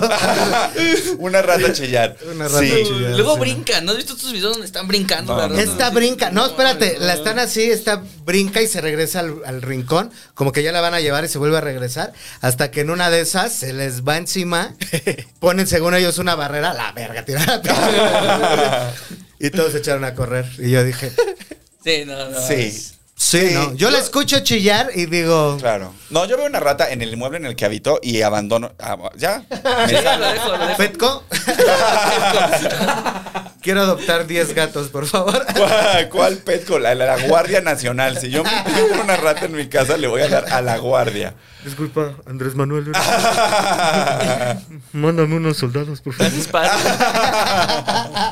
Speaker 4: Una rata chillar.
Speaker 2: Una rata
Speaker 4: Sí.
Speaker 2: chillar.
Speaker 5: Luego
Speaker 2: sí.
Speaker 5: brinca, ¿no has visto tus videos donde están brincando?
Speaker 4: No,
Speaker 5: la
Speaker 4: no,
Speaker 5: ratas?
Speaker 2: Esta brinca, no, espérate, la están así, esta brinca y se regresa al, al rincón, como que ya la van a llevar y se vuelve a regresar, hasta que en una de esas se les va encima, ponen según ellos una barrera, la verga, tirar la piedra. Y todos se echaron a correr. Y yo dije,
Speaker 5: Sí, no, no.
Speaker 4: Sí.
Speaker 2: sí, no. Yo la escucho chillar y digo,
Speaker 4: Claro. No, yo veo una rata en el inmueble en el que habito y abandono. ah, ya.
Speaker 5: Sí,
Speaker 4: Me
Speaker 5: lo
Speaker 4: salgo.
Speaker 5: dejo, lo dejo.
Speaker 2: Petco, quiero adoptar 10 gatos, por favor.
Speaker 4: ¿Cuál, cuál petco? La, la- la Guardia Nacional. Si yo me encuentro una rata en mi casa, le voy a dar a la Guardia.
Speaker 2: Disculpa, Andrés Manuel. Mándame unos soldados, por
Speaker 5: Haz espacio.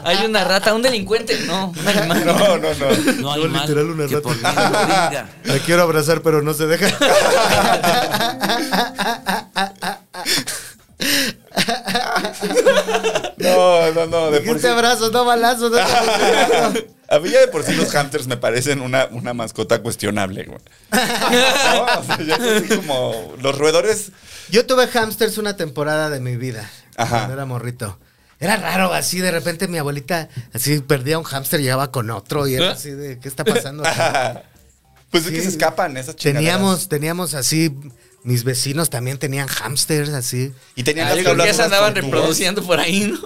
Speaker 5: Hay una rata, un delincuente, no, un animal.
Speaker 4: No, no, no.
Speaker 6: No
Speaker 2: Yo
Speaker 6: hay mal
Speaker 2: literal una
Speaker 6: que
Speaker 2: rata.
Speaker 6: por mí no venga.
Speaker 2: La quiero abrazar, pero no se deja.
Speaker 4: No, no, no. De por sí.
Speaker 2: Dijiste abrazos, no balazos. No te-
Speaker 4: A mí ya de por sí los hamsters me parecen una, una mascota cuestionable, güey. No, o sea, ya es así como los roedores.
Speaker 2: Yo tuve hamsters una temporada de mi vida.
Speaker 4: Ajá.
Speaker 2: Cuando era morrito. Era raro, así de repente mi abuelita así perdía un hamster y llegaba con otro
Speaker 4: ¿Eh?
Speaker 2: y era así de, ¿qué está pasando? aquí?"
Speaker 4: Pues es que
Speaker 2: Sí.
Speaker 4: se escapan esas chingaderas.
Speaker 2: Teníamos, teníamos así, mis vecinos también tenían hamsters así.
Speaker 4: Y tenían
Speaker 5: Ah,
Speaker 4: las
Speaker 5: yo creo que ya
Speaker 4: jaulas
Speaker 5: se
Speaker 4: unas
Speaker 5: andaban
Speaker 4: tortugas.
Speaker 5: reproduciendo por ahí, ¿no?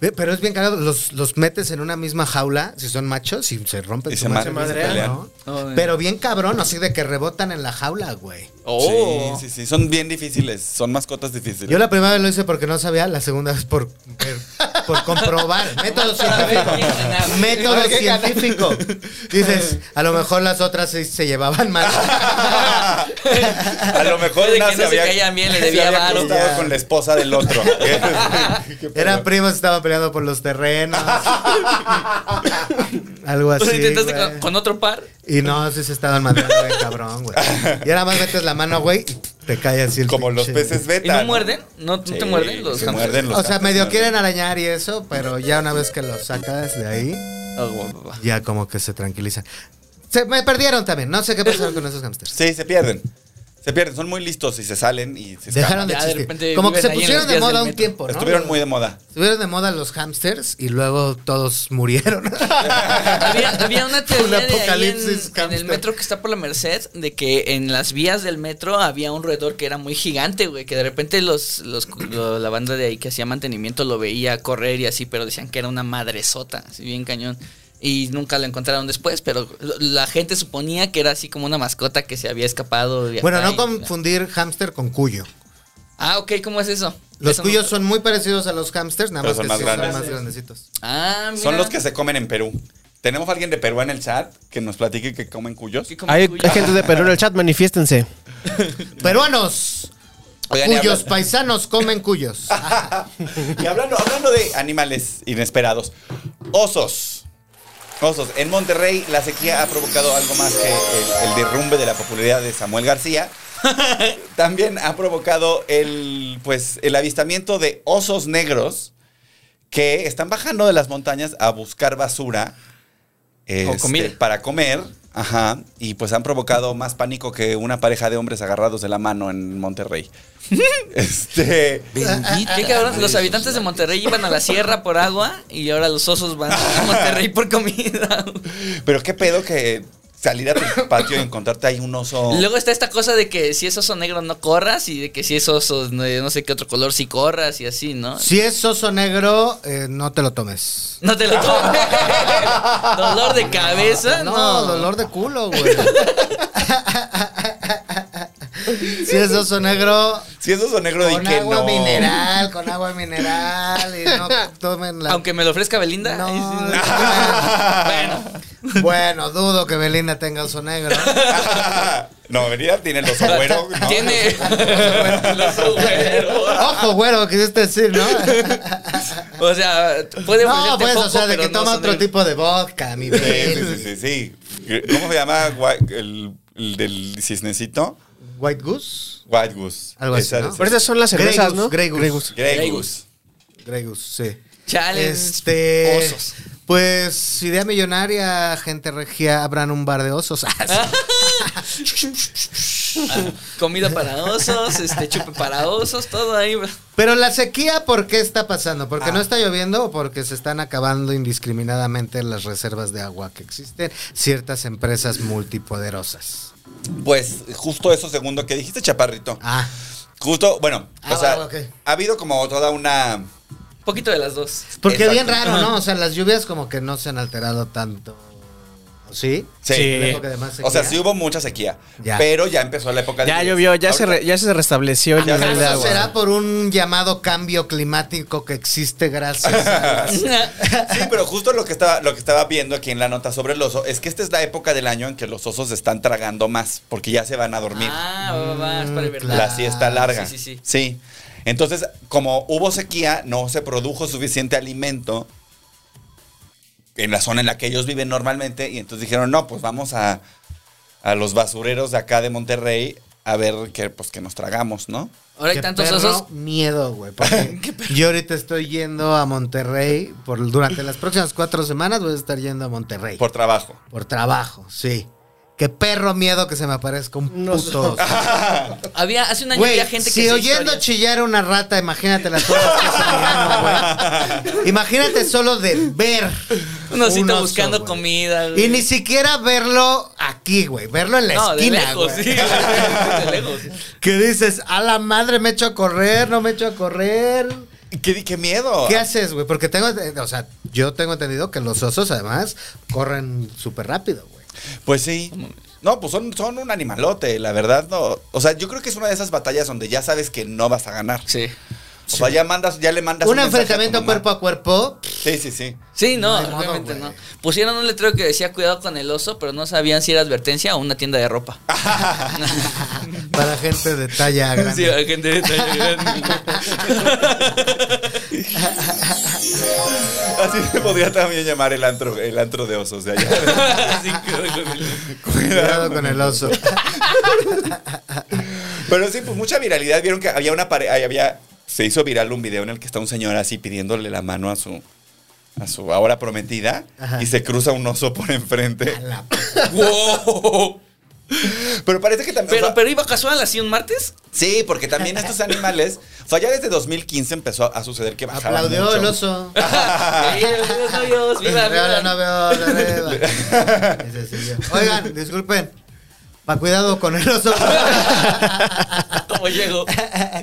Speaker 2: Ve, Pero es bien cagado, los, los metes en una misma jaula, si son machos, y se rompen
Speaker 4: Y
Speaker 2: su
Speaker 4: se
Speaker 2: madre,
Speaker 4: matan,
Speaker 2: ¿no?
Speaker 4: se pelean.
Speaker 2: ¿no?
Speaker 5: No, no.
Speaker 2: Pero bien cabrón, así de que rebotan en la jaula, güey.
Speaker 5: Oh.
Speaker 4: Sí, sí, sí. Son bien difíciles. Son mascotas difíciles.
Speaker 2: Yo la primera vez lo hice porque no sabía, la segunda vez por, por, por comprobar. Método científico. Método científico. Dices, a lo mejor las otras sí se llevaban mal.
Speaker 4: A lo mejor
Speaker 5: Puede que
Speaker 4: una
Speaker 5: no
Speaker 4: se
Speaker 5: se
Speaker 4: había,
Speaker 5: caían bien, le
Speaker 4: se
Speaker 5: debía
Speaker 4: había
Speaker 5: varo.
Speaker 4: acostado
Speaker 2: Ya.
Speaker 4: con la esposa del otro.
Speaker 2: Eran primos, estaban peleando por los terrenos. Algo
Speaker 4: Ah,
Speaker 2: así.
Speaker 5: Entonces intentaste
Speaker 2: güey.
Speaker 5: con, con otro par.
Speaker 2: Y no, sí se estaban matando bien cabrón, güey. Y ahora más metes la mano, güey, y te cae así el
Speaker 4: Como los
Speaker 2: pinche-
Speaker 4: peces
Speaker 5: ¿Y
Speaker 4: beta.
Speaker 5: no muerden? ¿No, no
Speaker 4: Sí,
Speaker 5: te muerden los
Speaker 4: se
Speaker 5: hamsters?
Speaker 4: muerden los
Speaker 2: O sea,
Speaker 4: hamsters,
Speaker 2: medio
Speaker 4: ¿no?
Speaker 2: quieren arañar y eso, pero ya una vez que los sacas de ahí,
Speaker 5: Ah, guau, guau, guau.
Speaker 2: ya como que se tranquilizan. Se me perdieron también, no sé qué pasaron con esos hamsters.
Speaker 4: Sí, se pierden. Se pierden. Son muy listos y se salen y se escapan.
Speaker 2: Dejaron de
Speaker 5: Ya de
Speaker 2: existir.
Speaker 5: repente
Speaker 2: como que
Speaker 5: viven
Speaker 2: se
Speaker 5: ahí en
Speaker 2: pusieron
Speaker 5: las
Speaker 2: de
Speaker 5: vías
Speaker 2: moda
Speaker 5: del
Speaker 2: un
Speaker 5: metro.
Speaker 2: tiempo, ¿no?
Speaker 4: Estuvieron muy de moda.
Speaker 2: Estuvieron de moda los hamsters y luego todos murieron.
Speaker 5: Había, había una teoría de ahí en,
Speaker 2: apocalipsis
Speaker 5: en el
Speaker 2: hamster.
Speaker 5: metro que está por la Merced de que en las vías del metro había un roedor que era muy gigante, güey, que de repente los, los- lo- la banda de ahí que hacía mantenimiento lo veía correr y así, pero decían que era una madresota, así bien cañón. Y nunca lo encontraron después, pero lo- la gente suponía que era así como una mascota que se había escapado. de
Speaker 2: Bueno,
Speaker 5: acá
Speaker 2: no
Speaker 5: y-
Speaker 2: confundir hamster con cuyo.
Speaker 5: Ah, ok, ¿cómo es eso?
Speaker 2: Los
Speaker 5: Eso no-
Speaker 2: cuyos son muy parecidos a los hamsters, nada
Speaker 4: Pero
Speaker 2: más
Speaker 4: son
Speaker 2: que
Speaker 4: más
Speaker 2: sí
Speaker 4: grandes.
Speaker 2: son más grandecitos.
Speaker 5: Ah, mira.
Speaker 4: Son los que se comen en Perú. Tenemos a alguien de Perú en el chat que nos platique que comen cuyos.
Speaker 5: ¿Qué comen
Speaker 1: Hay,
Speaker 5: cuyo?
Speaker 1: hay gente de Perú en el chat, manifiéstense.
Speaker 2: Peruanos,
Speaker 4: Oigan, y
Speaker 2: cuyos
Speaker 4: hablan-
Speaker 2: paisanos comen cuyos.
Speaker 4: Y hablando, hablando de animales inesperados, osos. Osos. En Monterrey, la sequía ha provocado algo más que el, el derrumbe de la popularidad de Samuel García. También ha provocado el, pues, el avistamiento de osos negros que están bajando de las montañas a buscar basura este,
Speaker 5: comida.
Speaker 4: para comer. Ajá. Y pues han provocado más pánico que una pareja de hombres agarrados de la mano en Monterrey. este.
Speaker 6: Benditas
Speaker 5: Qué cabrón, los
Speaker 6: redes
Speaker 5: habitantes de
Speaker 6: sociales.
Speaker 5: Monterrey iban a la sierra por agua y ahora los osos van a Monterrey por comida.
Speaker 4: Pero qué pedo que salir a tu patio y encontrarte ahí un oso.
Speaker 5: Luego está esta cosa de que si es oso negro no corras y de que si es oso de no sé qué otro color si corras y así, ¿no?
Speaker 2: Si es oso negro, eh, no te lo tomes.
Speaker 5: No te lo tomes. Dolor de cabeza,
Speaker 2: No,
Speaker 5: no.
Speaker 2: dolor de culo, güey. Si es oso negro,
Speaker 4: Si es oso negro, di
Speaker 2: con
Speaker 4: que
Speaker 2: agua
Speaker 4: no.
Speaker 2: mineral, con agua mineral. Y no tomen la.
Speaker 5: Aunque me lo ofrezca Belinda.
Speaker 2: No,
Speaker 5: ahí sí,
Speaker 2: no.
Speaker 5: Bueno.
Speaker 2: Bueno, dudo que Belinda tenga oso negro.
Speaker 4: no, Belinda tiene el oso güero. ¿no?
Speaker 5: Tiene. Los güeros.
Speaker 2: Ojo, güero, quisiste decir, ¿no?
Speaker 5: O sea, puede
Speaker 2: No,
Speaker 5: ofrecerte
Speaker 2: pues,
Speaker 5: poco,
Speaker 2: o sea, de
Speaker 5: pero
Speaker 2: que
Speaker 5: no
Speaker 2: toma
Speaker 5: son
Speaker 2: otro
Speaker 5: el-
Speaker 2: tipo de vodka, mi
Speaker 4: Sí, sí,
Speaker 2: Bel.
Speaker 4: sí, sí, sí. ¿Cómo se llama gua- el, el del cisnecito?
Speaker 2: White Goose.
Speaker 4: White Goose.
Speaker 2: Algo así,
Speaker 4: Esa
Speaker 2: ¿no?
Speaker 4: es-
Speaker 1: Pero esas son las
Speaker 2: Grey
Speaker 1: cervezas,
Speaker 2: Goose,
Speaker 1: ¿no?
Speaker 2: Grey Goose.
Speaker 4: Grey
Speaker 5: Grey
Speaker 4: Goose.
Speaker 2: Grey Goose, sí.
Speaker 5: Chale,
Speaker 2: Este.
Speaker 5: osos.
Speaker 2: Pues, idea millonaria, gente regia, abran un bar de osos. Ah, sí.
Speaker 5: Ah, comida para osos, este chupe para osos, todo ahí. bro.
Speaker 2: Pero la sequía, ¿por qué está pasando?
Speaker 4: Ah.
Speaker 2: ¿Porque no está lloviendo o porque se están acabando indiscriminadamente las reservas de agua que existen ciertas empresas multipoderosas?
Speaker 4: Pues justo eso segundo que dijiste, chaparrito.
Speaker 2: Ah,
Speaker 4: Justo, bueno,
Speaker 2: Ah,
Speaker 4: o sea,
Speaker 2: va, ok.
Speaker 4: ha habido como toda una...
Speaker 5: Poquito de las dos.
Speaker 2: porque bien
Speaker 4: Exacto.
Speaker 2: raro, ¿no? O sea, las lluvias como que no se han alterado tanto. ¿O ¿Sí?
Speaker 4: Sí.
Speaker 2: La época de más
Speaker 4: O sea,
Speaker 2: sequía.
Speaker 4: sí hubo mucha sequía,
Speaker 2: Ya.
Speaker 4: pero ya empezó la época de...
Speaker 1: Ya
Speaker 4: lluvias.
Speaker 1: llovió, ya se,
Speaker 4: Ahorita-
Speaker 1: re- ya se restableció el
Speaker 4: Ya
Speaker 1: nivel de
Speaker 2: ¿Acaso
Speaker 1: agua.
Speaker 2: será por un llamado cambio climático que existe gracias a las-
Speaker 5: Ah,
Speaker 4: Sí, pero justo lo que estaba lo que estaba viendo aquí en la nota sobre el oso es que esta es la época del año en que los osos están tragando más porque ya se van a dormir.
Speaker 5: Ah, va, va, va, es
Speaker 2: Mm,
Speaker 5: para el verdad.
Speaker 4: la siesta larga.
Speaker 5: Sí, sí, sí.
Speaker 4: Entonces, como hubo sequía, no se produjo suficiente alimento en la zona en la que ellos viven normalmente y entonces dijeron, "No, pues vamos a a los basureros de acá de Monterrey a ver qué pues que nos tragamos, ¿no?"
Speaker 5: Ahora hay
Speaker 2: Qué
Speaker 5: tantos
Speaker 2: perro
Speaker 5: osos.
Speaker 2: Miedo, güey. porque yo ahorita estoy yendo a Monterrey. Por, durante las próximas cuatro semanas voy a estar yendo a Monterrey.
Speaker 4: Por
Speaker 2: Por,
Speaker 4: trabajo.
Speaker 2: trabajo, sí. Qué perro miedo que se me aparezca un puto. oso.
Speaker 5: Había hace un año
Speaker 2: Güey,
Speaker 5: había gente que
Speaker 2: si
Speaker 5: hacía
Speaker 2: oyendo
Speaker 5: historias.
Speaker 2: chillar una rata, imagínate las cosas que se me ganan, güey. Imagínate solo de ver.
Speaker 5: Un osito
Speaker 2: oso,
Speaker 5: buscando
Speaker 2: güey.
Speaker 5: comida. güey.
Speaker 2: Y ni siquiera verlo aquí, güey. Verlo en la
Speaker 5: No, de
Speaker 2: esquina,
Speaker 5: lejos,
Speaker 2: güey.
Speaker 5: sí. De lejos.
Speaker 2: Que dices, a la madre me echo a correr, no me echo a correr.
Speaker 4: ¿Qué, qué miedo?
Speaker 2: ¿Qué haces, güey? Porque tengo, o sea, yo tengo entendido que los osos además corren súper rápido, güey.
Speaker 4: Pues sí. No, pues son, son un animalote, la verdad no. O sea, yo creo que es una de esas batallas donde ya sabes que no vas a ganar.
Speaker 5: Sí.
Speaker 4: O sea, ya mandas, ya le mandas
Speaker 2: Un
Speaker 4: mensaje
Speaker 2: enfrentamiento
Speaker 4: a tu mamá.
Speaker 2: cuerpo a cuerpo.
Speaker 4: Sí, sí, sí.
Speaker 5: Sí, no,
Speaker 2: No hay modo,
Speaker 5: obviamente
Speaker 2: güey.
Speaker 5: no. Pusieron un letrero que decía cuidado con el oso, pero no sabían si era advertencia o una tienda de ropa.
Speaker 2: Para gente de talla grande.
Speaker 5: Sí, hay gente de talla grande.
Speaker 4: Así se podría también llamar el antro, el antro de osos de allá.
Speaker 5: Sí, cuidado con el-
Speaker 2: Cuidado con el oso.
Speaker 4: Pero sí, pues mucha viralidad. Vieron que había una pareja, había, se hizo viral un video en el que está un señor así pidiéndole la mano a su, a su ahora prometida
Speaker 2: Ajá.
Speaker 4: y se cruza un oso por enfrente.
Speaker 2: La-
Speaker 5: ¡Wow!
Speaker 4: Pero parece que también. o
Speaker 5: Pero,
Speaker 4: sea,
Speaker 5: pero iba casual así un martes.
Speaker 4: Sí, porque también estos animales, o sea, ya desde 2015 empezó a suceder que bajaban
Speaker 2: Aplaudió
Speaker 4: mucho.
Speaker 2: el oso.
Speaker 5: Viva, novios, viva,
Speaker 2: Veo la
Speaker 5: viva.
Speaker 2: no veo, la veo. Ese sí, yo. Oigan, disculpen. Pa' cuidado con el oso.
Speaker 5: ¿Cómo llego?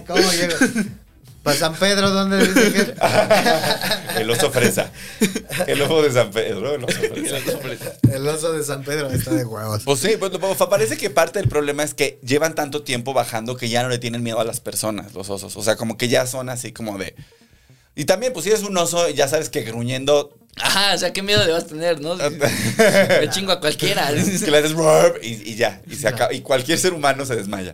Speaker 2: ¿Cómo llego? Pa' San Pedro, ¿dónde dice que?
Speaker 4: El oso fresa. El ojo de San Pedro, el oso fresa.
Speaker 2: El oso de San Pedro está de huevos.
Speaker 4: Pues sí, pues, pues, parece que parte del problema es que llevan tanto tiempo bajando que ya no le tienen miedo a las personas, los osos. O sea, como que ya son así como de. Y también, pues si eres un oso, ya sabes que gruñendo.
Speaker 5: Ajá, o sea, qué miedo le vas a tener, ¿no? Me chingo a cualquiera.
Speaker 4: Ah, Es que le haces "Ruar", y, y ya. Y se acaba. Y cualquier ser humano se desmaya.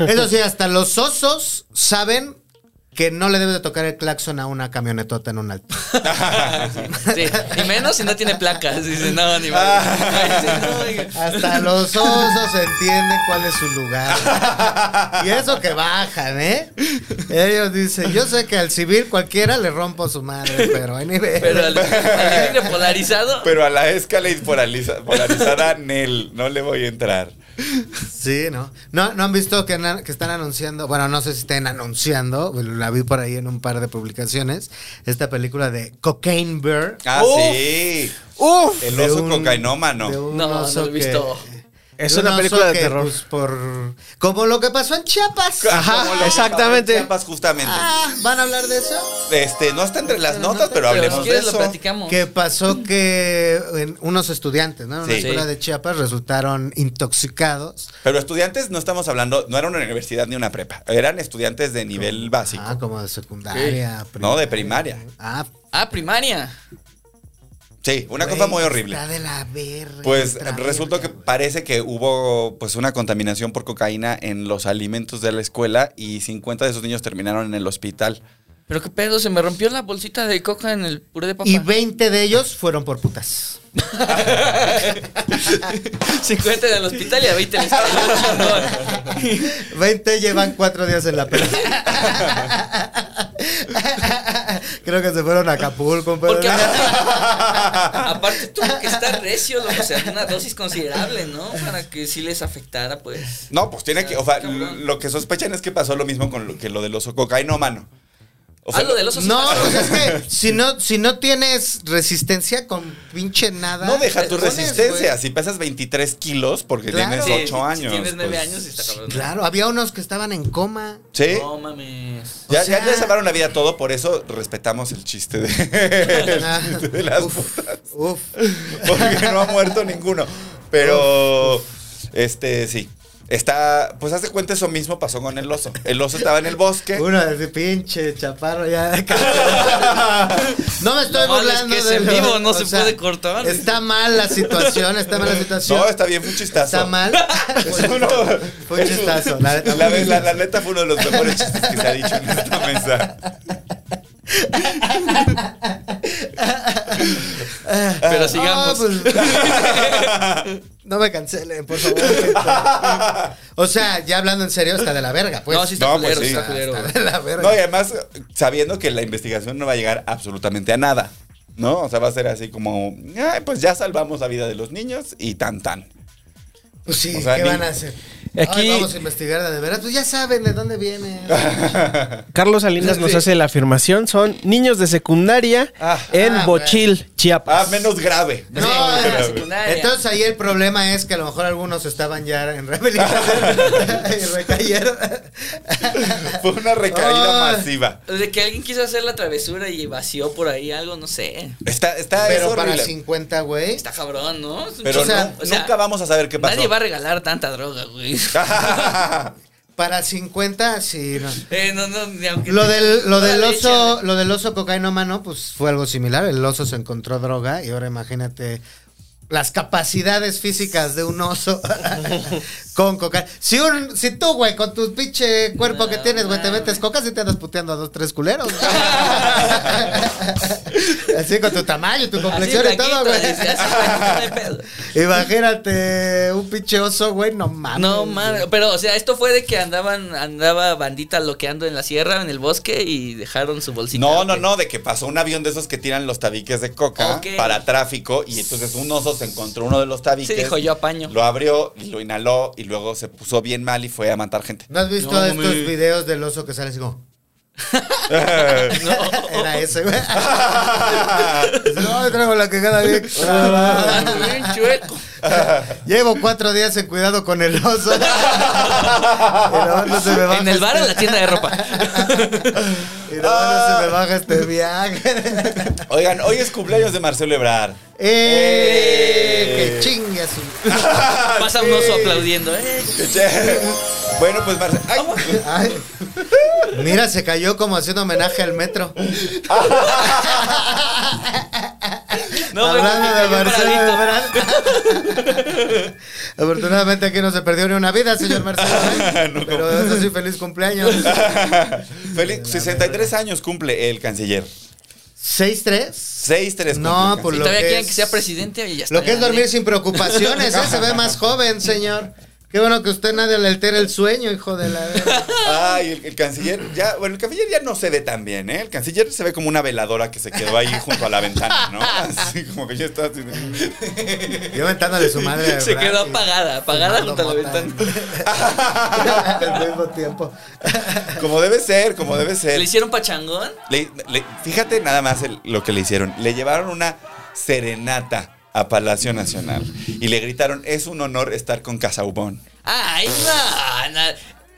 Speaker 2: Eso sí, hasta los osos saben que no le debes de tocar el claxon a una camionetota en un alto.
Speaker 5: Ah, Sí, y menos si no tiene placas. Dice, no,
Speaker 4: Ah.
Speaker 5: ni madre. Ay, sí, no, oiga.
Speaker 2: Hasta los osos entienden cuál es su lugar. Y eso que bajan, ¿eh? Ellos dicen, yo sé que al civil cualquiera le rompo su madre, pero hay nivel.
Speaker 5: Pero al, al libre polarizado.
Speaker 4: Pero a la escalade polariza- polarizada, Nel, no le voy a entrar.
Speaker 2: Sí, ¿no? ¿no? ¿No han visto que, na- que están anunciando? Bueno, no sé si estén anunciando, bueno, la vi por ahí en un par de publicaciones, esta película de Cocaine Bear.
Speaker 4: Ah,
Speaker 5: Uf.
Speaker 4: sí.
Speaker 1: ¡Uf!
Speaker 4: El
Speaker 2: de
Speaker 4: oso
Speaker 2: un-
Speaker 4: cocainómano.
Speaker 2: de un
Speaker 5: No, no
Speaker 2: oso
Speaker 5: lo he visto.
Speaker 2: que-
Speaker 1: Es
Speaker 2: de un
Speaker 1: una
Speaker 2: oso
Speaker 1: película de
Speaker 2: que,
Speaker 1: terror.
Speaker 2: pues, por, como lo que pasó en Chiapas.
Speaker 1: Ajá,
Speaker 4: Como lo que
Speaker 1: exactamente.
Speaker 4: pasó en Chiapas, justamente.
Speaker 2: Ah, ¿Van a hablar de eso?
Speaker 4: Este, no está entre las
Speaker 5: Pero
Speaker 4: notas,
Speaker 5: no,
Speaker 4: pero
Speaker 5: si
Speaker 4: hablemos de
Speaker 5: quieres lo
Speaker 4: eso.
Speaker 5: platicamos.
Speaker 2: Que pasó que en unos estudiantes, ¿no? En una
Speaker 4: Sí.
Speaker 2: escuela
Speaker 5: Sí.
Speaker 2: de Chiapas resultaron intoxicados.
Speaker 4: Pero estudiantes no estamos hablando, no era una universidad ni una prepa, eran estudiantes de nivel básico.
Speaker 2: Ah, como de secundaria.
Speaker 4: No, de primaria.
Speaker 2: Ah,
Speaker 5: Ah, primaria.
Speaker 4: Sí, una
Speaker 2: güey,
Speaker 4: cosa muy horrible.
Speaker 2: Está de la verga.
Speaker 4: Pues
Speaker 2: otra
Speaker 4: resultó que
Speaker 2: verga, güey.
Speaker 4: parece que hubo pues una contaminación por cocaína en los alimentos de la escuela y 50 de esos niños terminaron en el hospital.
Speaker 5: Pero qué pedo, se me rompió la bolsita de coca en el puré de papa.
Speaker 2: Y 20 de ellos fueron por putas.
Speaker 5: 50 en el hospital y a 20 en el hospital.
Speaker 2: 20 llevan 4 días en la pelea. Creo que se fueron a Acapulco, pero
Speaker 5: Porque aparte, aparte tuvo que estar recio, loco, o sea, una dosis considerable, ¿no? Para que sí les afectara, pues.
Speaker 4: No, pues tiene que, o sea,
Speaker 5: Cabrón.
Speaker 4: lo que sospechan es que pasó lo mismo con lo que lo del oso cocaíno, mano. O sea,
Speaker 5: ah, lo del oso sí
Speaker 2: No,
Speaker 5: pasó.
Speaker 2: pues es que si no, si no tienes resistencia con pinche nada.
Speaker 4: no deja
Speaker 2: te
Speaker 4: tu
Speaker 2: pones,
Speaker 4: resistencia,
Speaker 2: güey.
Speaker 4: si pesas 23 kilos porque
Speaker 2: Claro.
Speaker 4: tienes
Speaker 5: Sí,
Speaker 4: 8
Speaker 5: si- si
Speaker 4: años.
Speaker 5: tienes 9
Speaker 4: pues,
Speaker 5: años y está cabrón.
Speaker 2: Claro, había unos que estaban en coma.
Speaker 4: Sí.
Speaker 5: No mames.
Speaker 4: Ya,
Speaker 2: O sea-
Speaker 4: ya le salvaron la vida a todo, por eso respetamos el chiste de, el chiste de las
Speaker 2: uf,
Speaker 4: putas.
Speaker 2: uf.
Speaker 4: Porque no ha muerto ninguno. Pero, este, sí. Está, pues hace cuenta eso mismo pasó con el oso. El oso estaba en el bosque.
Speaker 2: Uno de ese pinche chaparro ya. no me estoy
Speaker 5: Lo malo es
Speaker 2: burlando
Speaker 5: que es
Speaker 2: de
Speaker 5: en
Speaker 2: lo-
Speaker 5: vivo, no
Speaker 2: o
Speaker 5: se puede cortar.
Speaker 2: Está mal la situación, está mal la situación.
Speaker 4: No, está bien, fue un chistazo.
Speaker 2: Está mal.
Speaker 4: Es uno-
Speaker 2: Fue un chistazo,
Speaker 4: La,
Speaker 2: la neta.
Speaker 4: ve- la- la neta fue uno de los mejores chistes que se ha dicho en esta mesa.
Speaker 5: Pero sigamos.
Speaker 2: Ah, pues. no me cancelen, por favor. gente. O sea, ya hablando en serio, está de la verga, pues.
Speaker 5: no, sí está
Speaker 4: No, pues
Speaker 5: culero,
Speaker 4: sí.
Speaker 5: sí está
Speaker 2: está,
Speaker 5: culero.
Speaker 2: está
Speaker 5: güey.
Speaker 2: de la verga.
Speaker 4: No, y además, sabiendo que la investigación no va a llegar absolutamente a nada. ¿No? O sea, va a ser así como, "Ay, pues ya salvamos la vida de los niños y tan tan.
Speaker 2: Pues sí,
Speaker 4: o sea,
Speaker 2: ¿qué
Speaker 4: ni-
Speaker 2: van a hacer?
Speaker 1: Aquí-
Speaker 2: Ay, vamos a investigar de veras. Pues ya saben de dónde viene.
Speaker 1: Carlos Salinas nos
Speaker 2: Sí.
Speaker 1: hace la afirmación, son niños de secundaria
Speaker 4: Ah.
Speaker 1: en
Speaker 2: Ah,
Speaker 1: Bochil,
Speaker 4: Ah,
Speaker 1: Chiapas.
Speaker 4: menos grave.
Speaker 2: No,
Speaker 5: Sí,
Speaker 2: eh,
Speaker 5: secundaria.
Speaker 2: entonces ahí el problema es que a lo mejor algunos estaban ya en rehabilitación y recayeron.
Speaker 4: Fue una recaída
Speaker 2: Ah.
Speaker 4: masiva.
Speaker 5: De que alguien quiso hacer la travesura y vació por ahí algo, no sé.
Speaker 4: Está, está, es
Speaker 2: Pero para
Speaker 4: horrible.
Speaker 2: 50, güey.
Speaker 5: Ah, Está cabrón, ¿no? Es un
Speaker 4: Pero
Speaker 5: chingo.
Speaker 2: sea,
Speaker 4: nu- nunca vamos a saber qué pasó.
Speaker 5: Nadie va a regalar tanta droga, güey.
Speaker 2: Para 50, sí, no.
Speaker 5: Eh, no, no, ni aunque
Speaker 2: Lo
Speaker 5: te-
Speaker 2: del, lo del
Speaker 5: Órale,
Speaker 2: oso,
Speaker 5: échale.
Speaker 2: lo del oso cocainómano, pues fue algo similar. El oso se encontró droga y ahora imagínate las capacidades físicas de un oso con coca. Si un, si tú, güey, con tu pinche cuerpo que
Speaker 5: No
Speaker 2: tienes, güey, te
Speaker 5: mames.
Speaker 2: metes coca y te andas puteando a dos, tres culeros. güey. Así con tu tamaño, tu
Speaker 5: Así
Speaker 2: complexión y
Speaker 5: blanquito,
Speaker 2: todo, güey.
Speaker 5: dice, así, no hay pedo.
Speaker 2: Imagínate un pinche oso, güey, no mames.
Speaker 5: No
Speaker 2: güey.
Speaker 5: mames, pero o sea, esto fue de que andaban, andaba bandita loqueando en la sierra, en el bosque y dejaron su bolsita.
Speaker 4: No, no,
Speaker 5: güey.
Speaker 4: no, de que pasó un avión de esos que tiran los tabiques de coca
Speaker 5: Ok.
Speaker 4: para tráfico y entonces un oso se encontró uno de los tabiques.
Speaker 5: Sí, dijo, "Yo apaño".
Speaker 4: Lo abrió y lo inhaló y luego se puso bien mal y fue a matar gente.
Speaker 2: ¿No has visto
Speaker 5: No,
Speaker 2: estos
Speaker 5: mami.
Speaker 2: videos del oso que sale así como? Era ese, güey. no, me traigo la quejada bien.
Speaker 5: Ando
Speaker 2: clavada.
Speaker 5: bien chueco.
Speaker 2: Llevo cuatro días en cuidado con el oso. Y luego no se me baja
Speaker 5: En el bar o en la
Speaker 2: este-
Speaker 5: tienda de ropa.
Speaker 2: Y luego no se me baja este viaje.
Speaker 4: Oigan, hoy es cumpleaños de Marcelo Ebrard.
Speaker 2: ¡Eh! ¡Que chingue a su-
Speaker 5: Pasa un oso aplaudiendo, eh.
Speaker 4: Qué chévere. Bueno, pues Marcelo.
Speaker 2: Ay. Mira, se cayó como haciendo homenaje al metro.
Speaker 5: No, güey,
Speaker 2: Hablando
Speaker 5: porque
Speaker 2: de
Speaker 5: cayó
Speaker 2: Marcelo
Speaker 5: paradito.
Speaker 2: Ebrard. Afortunadamente aquí no se perdió ni una vida, señor Marcelo. ¿eh?
Speaker 4: No,
Speaker 2: Pero eso sí, feliz cumpleaños.
Speaker 4: Feliz, 63 años cumple el canciller.
Speaker 2: 6-3.
Speaker 4: 63
Speaker 2: No,
Speaker 4: cumple el
Speaker 2: por
Speaker 5: Y
Speaker 2: lo
Speaker 5: todavía
Speaker 2: que
Speaker 5: quieren
Speaker 2: es-
Speaker 5: que sea presidente y ya está.
Speaker 2: Lo que es dormir
Speaker 5: grande.
Speaker 2: sin preocupaciones, ¿eh? se ve más joven, señor. Qué bueno que usted nadie le altera el sueño, hijo de la. verga.
Speaker 4: Ay, el, el canciller ya, bueno, el canciller ya no se ve tan bien, ¿eh? El canciller se ve como una veladora que se quedó ahí junto a la ventana, ¿no? Así como que ya está así.
Speaker 2: Yo aventándole su madre.
Speaker 5: Se
Speaker 2: ¿verdad?
Speaker 5: quedó
Speaker 2: Y
Speaker 5: apagada, apagada
Speaker 2: fumando
Speaker 5: junto a la
Speaker 2: mota.
Speaker 5: ventana.
Speaker 2: Al mismo tiempo.
Speaker 4: Como debe ser, como debe ser.
Speaker 5: ¿Le hicieron pachangón?
Speaker 4: Le- le- fíjate nada más el- lo que le hicieron. Le llevaron una serenata a Palacio Nacional y le gritaron, es un honor estar con Casaubón.
Speaker 5: Ay, no, no. Esos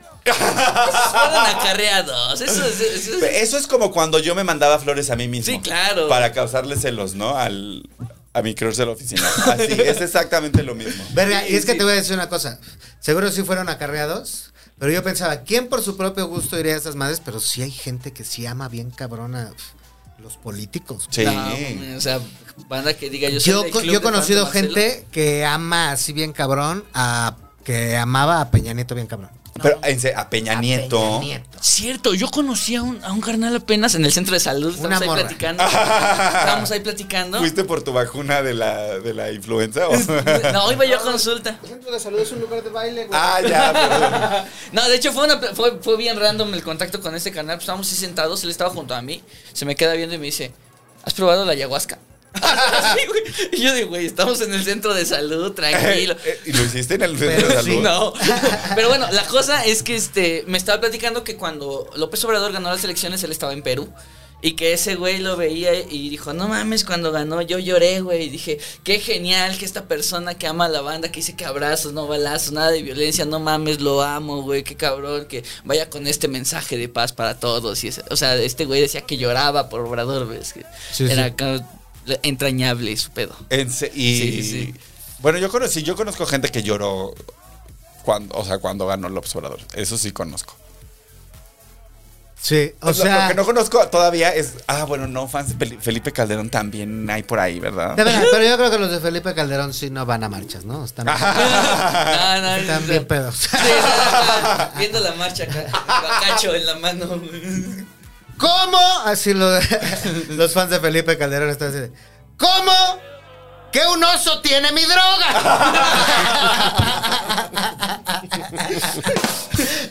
Speaker 5: fueron acarreados. Eso, es- eso es-
Speaker 4: Eso es como cuando yo me mandaba flores a mí mismo.
Speaker 5: Sí, claro.
Speaker 4: Para causarle celos, ¿no? Al, a mi crush de la oficina. Así, es exactamente lo mismo.
Speaker 2: Verga, y es que
Speaker 5: sí.
Speaker 2: te voy a decir una cosa. Seguro sí fueron acarreados, pero yo pensaba, ¿quién por su propio gusto iría a esas madres? Pero sí hay gente que sí ama bien cabrona pf, los políticos.
Speaker 4: Sí.
Speaker 5: No, o sea, banda que diga yo soy
Speaker 2: Yo,
Speaker 5: del
Speaker 2: co-
Speaker 5: club
Speaker 2: yo he
Speaker 5: de
Speaker 2: conocido
Speaker 5: fans de Marcelo.
Speaker 2: gente que ama así bien cabrón a que amaba a Peña Nieto bien cabrón.
Speaker 4: Pero en se- a Peña
Speaker 2: A
Speaker 4: Nieto.
Speaker 2: Peña Nieto.
Speaker 5: Cierto, yo conocí a un, a un carnal apenas en el centro de salud.
Speaker 2: Una
Speaker 5: Estábamos ahí
Speaker 2: morra.
Speaker 5: platicando. Estábamos ahí platicando.
Speaker 4: ¿Fuiste por tu vacuna de la, de la influenza? o?
Speaker 5: No, iba yo a consulta.
Speaker 2: El centro de salud es un lugar de baile, güey.
Speaker 4: ah, ya, perdón.
Speaker 5: No, de hecho fue, una, fue, fue bien random el contacto con este canal. Pues estábamos así sentados, él estaba junto a mí. Se me queda viendo y me dice, ¿has probado la ayahuasca? Así, güey. y yo digo, güey, estamos en el centro de salud, tranquilo.
Speaker 4: Eh, ¿Y lo hiciste en el centro de
Speaker 2: Pero
Speaker 4: salud?
Speaker 2: sí,
Speaker 5: No. Pero bueno, la cosa es que este me estaba platicando que cuando López Obrador ganó las elecciones, él estaba en Perú. Y que ese güey lo veía y dijo, no mames, cuando ganó yo lloré, güey. Y dije, qué genial que esta persona que ama a la banda, que dice que abrazos, no balazos, nada de violencia, no mames, lo amo, güey, qué cabrón, que vaya con este mensaje de paz para todos. Y ese- o sea, este güey decía que lloraba por Obrador, güey. es que
Speaker 2: Sí,
Speaker 5: era
Speaker 2: sí.
Speaker 5: como entrañable su pedo.
Speaker 4: En se- y,
Speaker 5: Sí, sí, sí.
Speaker 4: Bueno, yo conocí, yo conozco gente que lloró cuando, o sea, cuando ganó López Obrador. Eso sí conozco.
Speaker 2: Sí,
Speaker 4: Lo-
Speaker 2: o
Speaker 4: lo,
Speaker 2: sea.
Speaker 4: que no conozco todavía es, ah, bueno, no, fans de Fel- Felipe Calderón también hay por ahí, ¿verdad?
Speaker 2: de verdad, pero yo creo que los de Felipe Calderón sí no van a marchas, ¿no? Están,
Speaker 5: No, no,
Speaker 2: están
Speaker 5: no.
Speaker 2: bien pedos.
Speaker 5: Sí, acá, viendo la marcha acá, bacacho en la mano. güey.
Speaker 2: ¿Cómo? Así lo- los fans de Felipe Calderón están así. de, ¿Cómo? ¿Que un oso tiene mi droga?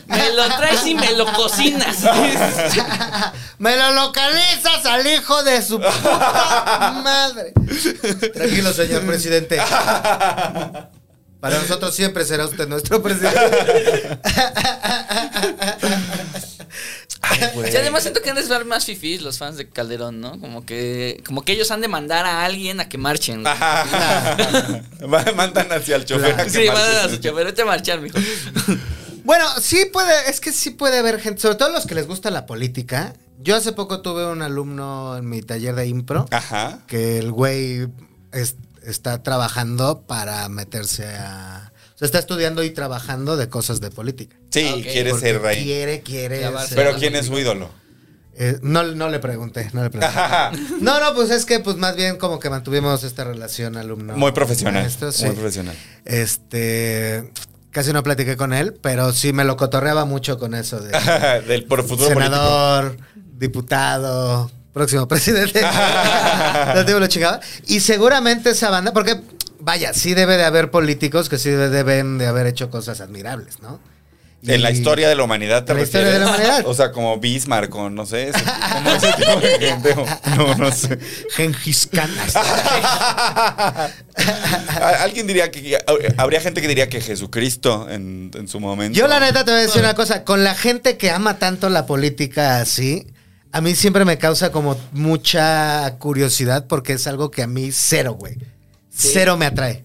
Speaker 5: Me lo traes y me lo cocinas.
Speaker 2: Me lo localizas al hijo de su puta madre. Tranquilo, señor presidente. Para nosotros siempre será usted nuestro presidente.
Speaker 4: Ay, güey.
Speaker 5: Y además siento que han de ser más fifís los fans de Calderón, ¿no? Como que, como que ellos han de mandar a alguien a que marchen. güey.
Speaker 4: Ma- Mandan hacia el chofer. a que
Speaker 5: Sí,
Speaker 4: marche.
Speaker 5: mandan a su chofer, vete a marchar, mijo.
Speaker 2: Bueno, sí puede, es que sí puede haber gente, sobre todo los que les gusta la política. Yo hace poco tuve un alumno en mi taller de impro
Speaker 4: Ajá.
Speaker 2: que el güey es- está trabajando para meterse a... O sea, está estudiando y trabajando de cosas de política.
Speaker 4: Sí,
Speaker 5: Ok.
Speaker 4: quiere
Speaker 2: Porque
Speaker 4: ser rey.
Speaker 2: Quiere, quiere.
Speaker 5: Clavarse.
Speaker 2: ser-
Speaker 4: Pero ¿quién es su ídolo?
Speaker 2: Eh, no, no le pregunté, no le pregunté.
Speaker 4: Ajá.
Speaker 2: No, no, pues es que pues más bien como que mantuvimos esta relación alumno.
Speaker 4: Muy profesional.
Speaker 2: maestro, sí.
Speaker 4: Muy profesional.
Speaker 2: Este, casi no platiqué con él, pero sí me lo cotorreaba mucho con eso de
Speaker 4: Del por futuro político.
Speaker 2: senador, diputado, próximo presidente. No te digo lo chingaba. Y seguramente esa banda, porque vaya, sí debe de haber políticos que sí debe- deben de haber hecho cosas admirables, ¿no?
Speaker 4: En la
Speaker 2: Y-
Speaker 4: historia de la humanidad te
Speaker 2: En la historia de la
Speaker 4: refieres?
Speaker 2: humanidad.
Speaker 4: O sea, como Bismarck o no sé, ese- como ese tipo de gente. o- No, no sé.
Speaker 2: Gengis Khan.
Speaker 4: A- Alguien diría que habría gente que diría que Jesucristo en, en su momento.
Speaker 2: Yo la neta te voy a decir una cosa, con la gente que ama tanto la política así, a mí siempre me causa como mucha curiosidad porque es algo que a mí cero, güey.
Speaker 5: Sí.
Speaker 2: Cero me atrae.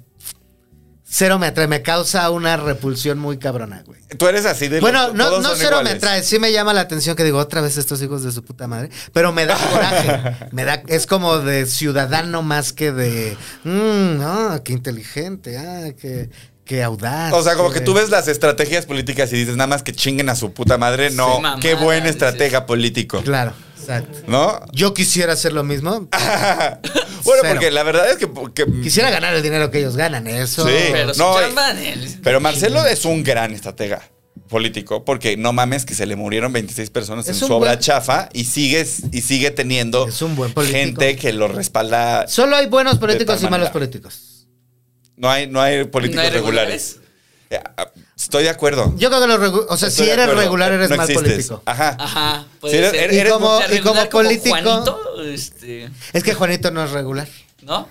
Speaker 2: Cero me atrae, me causa una repulsión muy cabrona, güey.
Speaker 4: Tú eres así de
Speaker 2: Bueno,
Speaker 4: los-
Speaker 2: no,
Speaker 4: todos
Speaker 2: no
Speaker 4: son
Speaker 2: cero me
Speaker 4: iguales.
Speaker 2: atrae, sí me llama la atención que digo otra vez estos hijos de su puta madre, pero me da coraje, me da, es como de ciudadano más que de, mmm, ah, qué inteligente, ah, qué, qué audaz.
Speaker 4: O sea, como
Speaker 2: qué
Speaker 4: que
Speaker 2: de-
Speaker 4: tú ves las estrategias políticas y dices nada más que chinguen a su puta madre. No,
Speaker 5: Sí, mamá,
Speaker 4: qué buen
Speaker 5: dices.
Speaker 4: estratega político.
Speaker 2: Claro, exacto.
Speaker 4: ¿No?
Speaker 2: Yo quisiera hacer lo mismo.
Speaker 4: Bueno,
Speaker 2: Cero.
Speaker 4: porque la verdad es que. que-
Speaker 2: Quisiera ganar el dinero que ellos ganan, eso.
Speaker 4: Sí.
Speaker 5: Pero
Speaker 4: No,
Speaker 5: su
Speaker 4: y-
Speaker 5: chamba en el-
Speaker 4: pero Marcelo es un gran estratega político, porque no mames que se le murieron 26 personas
Speaker 2: Es
Speaker 4: en
Speaker 2: un
Speaker 4: su obra
Speaker 2: buen-
Speaker 4: chafa y sigues y sigue teniendo
Speaker 2: Es un buen político.
Speaker 4: gente que lo respalda.
Speaker 2: Solo hay buenos
Speaker 4: De
Speaker 2: políticos
Speaker 4: tal
Speaker 2: y malos
Speaker 4: manera.
Speaker 2: políticos.
Speaker 4: No hay, no hay políticos
Speaker 5: ¿No hay
Speaker 4: regulares. Eh, ah, Estoy de acuerdo.
Speaker 2: Yo creo que los regu- o sea,
Speaker 4: Estoy
Speaker 2: si
Speaker 4: de
Speaker 2: eres
Speaker 4: acuerdo.
Speaker 2: regular eres
Speaker 4: No
Speaker 2: mal
Speaker 4: existes.
Speaker 2: político.
Speaker 4: Ajá.
Speaker 5: Ajá, puede
Speaker 4: Sí, eres-
Speaker 5: ser.
Speaker 4: eres- eres
Speaker 2: Y como-
Speaker 5: O sea,
Speaker 2: y como
Speaker 5: regular
Speaker 2: político-
Speaker 5: Juanito, este,
Speaker 2: Es que Juanito no es regular.
Speaker 5: ¿no?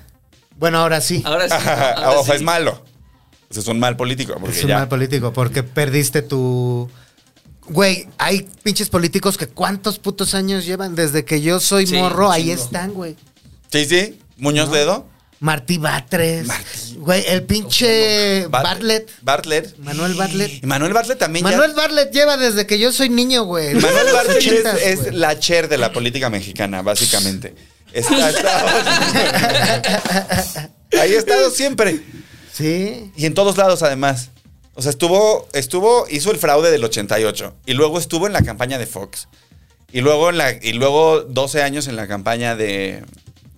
Speaker 2: Bueno, ahora sí.
Speaker 5: Ahora sí.
Speaker 4: Ajá,
Speaker 5: ahora
Speaker 4: o sea,
Speaker 5: sí.
Speaker 4: es malo. O sea, es un mal político. Porque
Speaker 2: es un
Speaker 4: ya.
Speaker 2: mal político porque perdiste tu Güey, hay pinches políticos que cuántos putos años llevan desde que yo soy
Speaker 5: Sí,
Speaker 2: morro,
Speaker 5: un
Speaker 2: ahí
Speaker 5: chingo.
Speaker 2: están, güey.
Speaker 4: Sí, sí. Muñoz Ledo.
Speaker 2: Martí Batres.
Speaker 4: Martí.
Speaker 2: Güey, el pinche
Speaker 4: Bart-
Speaker 2: Bartlett.
Speaker 4: Bartlett.
Speaker 2: Manuel Bartlett.
Speaker 4: Y Manuel Bartlett también ya-
Speaker 2: Manuel Bartlett lleva desde que yo soy niño, güey.
Speaker 4: Manuel
Speaker 2: Los
Speaker 4: Bartlett es-
Speaker 2: ochentas,
Speaker 4: es,
Speaker 2: güey.
Speaker 4: la chair de la política mexicana, básicamente. Está, está- ahí ha estado siempre.
Speaker 2: Sí.
Speaker 4: Y en todos lados, además. O sea, estuvo, estuvo, hizo el fraude del 88. Y luego estuvo en la campaña de Fox. Y luego, en la, y luego 12 años en la campaña de,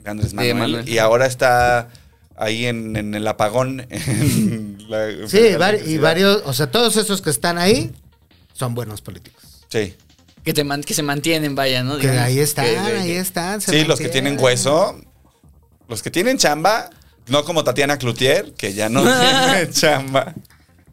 Speaker 4: de Andrés Manuel.
Speaker 5: Manuel.
Speaker 4: Y ahora está ahí en, en el apagón. en la-
Speaker 2: Sí,
Speaker 4: en la
Speaker 2: vari- y
Speaker 4: electricidad.
Speaker 2: varios, o sea, todos esos que están ahí son buenos políticos.
Speaker 4: Sí.
Speaker 5: Que, te man- que se mantienen, vaya, ¿no?
Speaker 2: Que
Speaker 5: Digamos,
Speaker 2: ahí están,
Speaker 5: que- que-
Speaker 2: ahí están. se
Speaker 4: Sí, los que
Speaker 2: mantienen.
Speaker 4: tienen hueso, los que tienen chamba, no como Tatiana Cloutier, que ya no tiene chamba.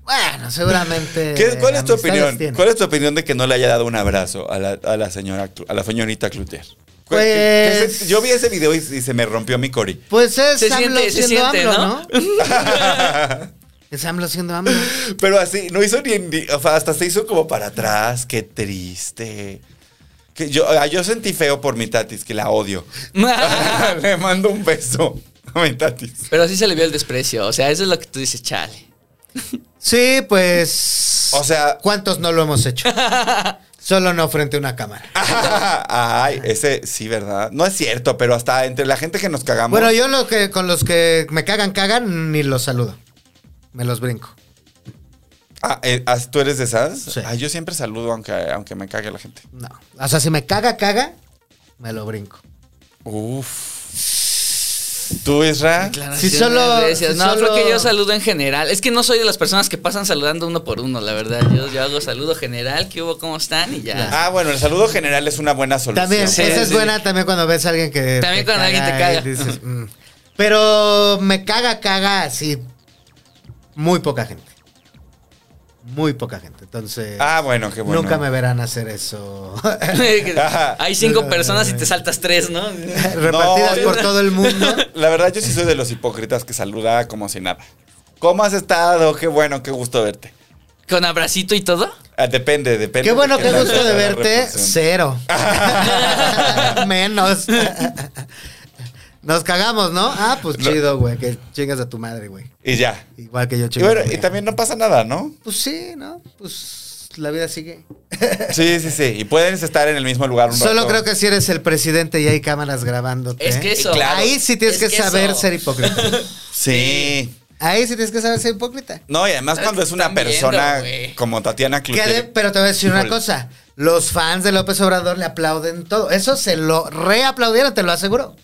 Speaker 2: Bueno, seguramente.
Speaker 4: ¿Qué- ¿Cuál es tu
Speaker 2: Eh, amistades
Speaker 4: opinión?
Speaker 2: tienen.
Speaker 4: ¿Cuál es tu opinión de que no le haya dado un abrazo a la, a la señora, Clu- a la señorita Cloutier? ¿Cu- qué- qué se-
Speaker 2: Pues-
Speaker 4: yo vi ese video y, y se me rompió mi cori.
Speaker 2: Pues es
Speaker 5: Se
Speaker 2: AMLO
Speaker 5: siente, se
Speaker 2: siendo
Speaker 5: siente,
Speaker 2: AMLO,
Speaker 5: ¿no?
Speaker 2: ¿no? Es AMLO siendo AMLO.
Speaker 4: Pero así, no hizo ni, ni- o sea, hasta se hizo como para atrás, qué triste. Que yo, ah, yo sentí feo por mi tatis, que la odio. le mando un beso a mi tatis.
Speaker 5: Pero así se le vio el desprecio. O sea, eso es lo que tú dices, chale.
Speaker 2: Sí, pues.
Speaker 4: O sea-
Speaker 2: ¿Cuántos no lo hemos hecho? Solo no frente a una cámara.
Speaker 4: Ay, ese sí, ¿verdad? No es cierto, pero hasta entre la gente que nos cagamos.
Speaker 2: Bueno, yo lo que, con los que me cagan, cagan, ni los saludo. Me los brinco.
Speaker 4: Ah, eh, ah, ¿Tú eres de esas?
Speaker 2: Sí.
Speaker 4: Ay, yo siempre saludo aunque, aunque me cague la gente.
Speaker 2: No. O sea, si me caga, caga, me lo brinco.
Speaker 4: Uf. ¿Tú, Isra?
Speaker 5: Declaraciones
Speaker 2: solo-
Speaker 5: de esas.
Speaker 2: si
Speaker 5: no,
Speaker 2: solo-
Speaker 5: creo que yo saludo en general. Es que no soy de las personas que pasan saludando uno por uno, la verdad. Yo, yo hago saludo general, ¿qué hubo? ¿Cómo están? Y ya.
Speaker 4: Ah, bueno, el saludo general es una buena solución.
Speaker 2: También,
Speaker 5: Sí,
Speaker 2: esa es
Speaker 5: sí.
Speaker 2: buena también cuando ves a alguien que.
Speaker 5: También cuando alguien te
Speaker 2: y
Speaker 5: caga.
Speaker 2: dices, mm. Pero me caga, caga así. Muy poca gente. Muy poca gente. Entonces.
Speaker 4: Ah, bueno, qué bueno.
Speaker 2: Nunca me verán hacer eso.
Speaker 5: Hay cinco personas y te saltas tres, ¿no?
Speaker 2: Repartidas
Speaker 4: No,
Speaker 2: por
Speaker 4: yo-
Speaker 2: todo el mundo.
Speaker 4: La verdad, yo sí soy de los hipócritas que saluda como si nada. ¿Cómo has estado? Qué bueno, qué gusto verte.
Speaker 5: Con abracito y todo.
Speaker 4: Ah, depende, depende.
Speaker 2: Qué bueno,
Speaker 4: de
Speaker 2: qué
Speaker 4: la-
Speaker 2: gusto de
Speaker 4: la
Speaker 2: verte.
Speaker 4: recepción.
Speaker 2: Cero. Menos. Nos cagamos, ¿no? Ah, pues
Speaker 4: No.
Speaker 2: chido, güey. Que chingas a tu madre, güey.
Speaker 4: Y ya.
Speaker 2: Igual que yo
Speaker 4: Y
Speaker 2: chingo. a
Speaker 4: bueno,
Speaker 2: mi
Speaker 4: y
Speaker 2: madre.
Speaker 4: también no pasa nada, ¿no?
Speaker 2: Pues sí, ¿no? Pues la vida sigue.
Speaker 4: Sí, sí, sí. Y puedes estar en el mismo lugar un
Speaker 2: Solo
Speaker 4: rato.
Speaker 2: creo que si eres el presidente y hay cámaras grabándote.
Speaker 5: Es que eso.
Speaker 4: Claro.
Speaker 2: Ahí sí
Speaker 5: Es
Speaker 2: tienes que,
Speaker 5: que
Speaker 2: saber
Speaker 5: eso.
Speaker 2: ser hipócrita.
Speaker 4: Sí.
Speaker 2: Ahí sí tienes que saber ser hipócrita.
Speaker 4: No, y además
Speaker 5: ¿Sabes
Speaker 4: cuando
Speaker 5: qué
Speaker 4: es una
Speaker 5: están viendo,
Speaker 4: persona
Speaker 5: güey?
Speaker 4: como Tatiana
Speaker 2: Que de-
Speaker 4: Cloutier.
Speaker 2: pero te voy a decir una
Speaker 4: Híjole.
Speaker 2: cosa. Los fans de López Obrador le aplauden todo. Eso se lo reaplaudieron, te lo aseguro.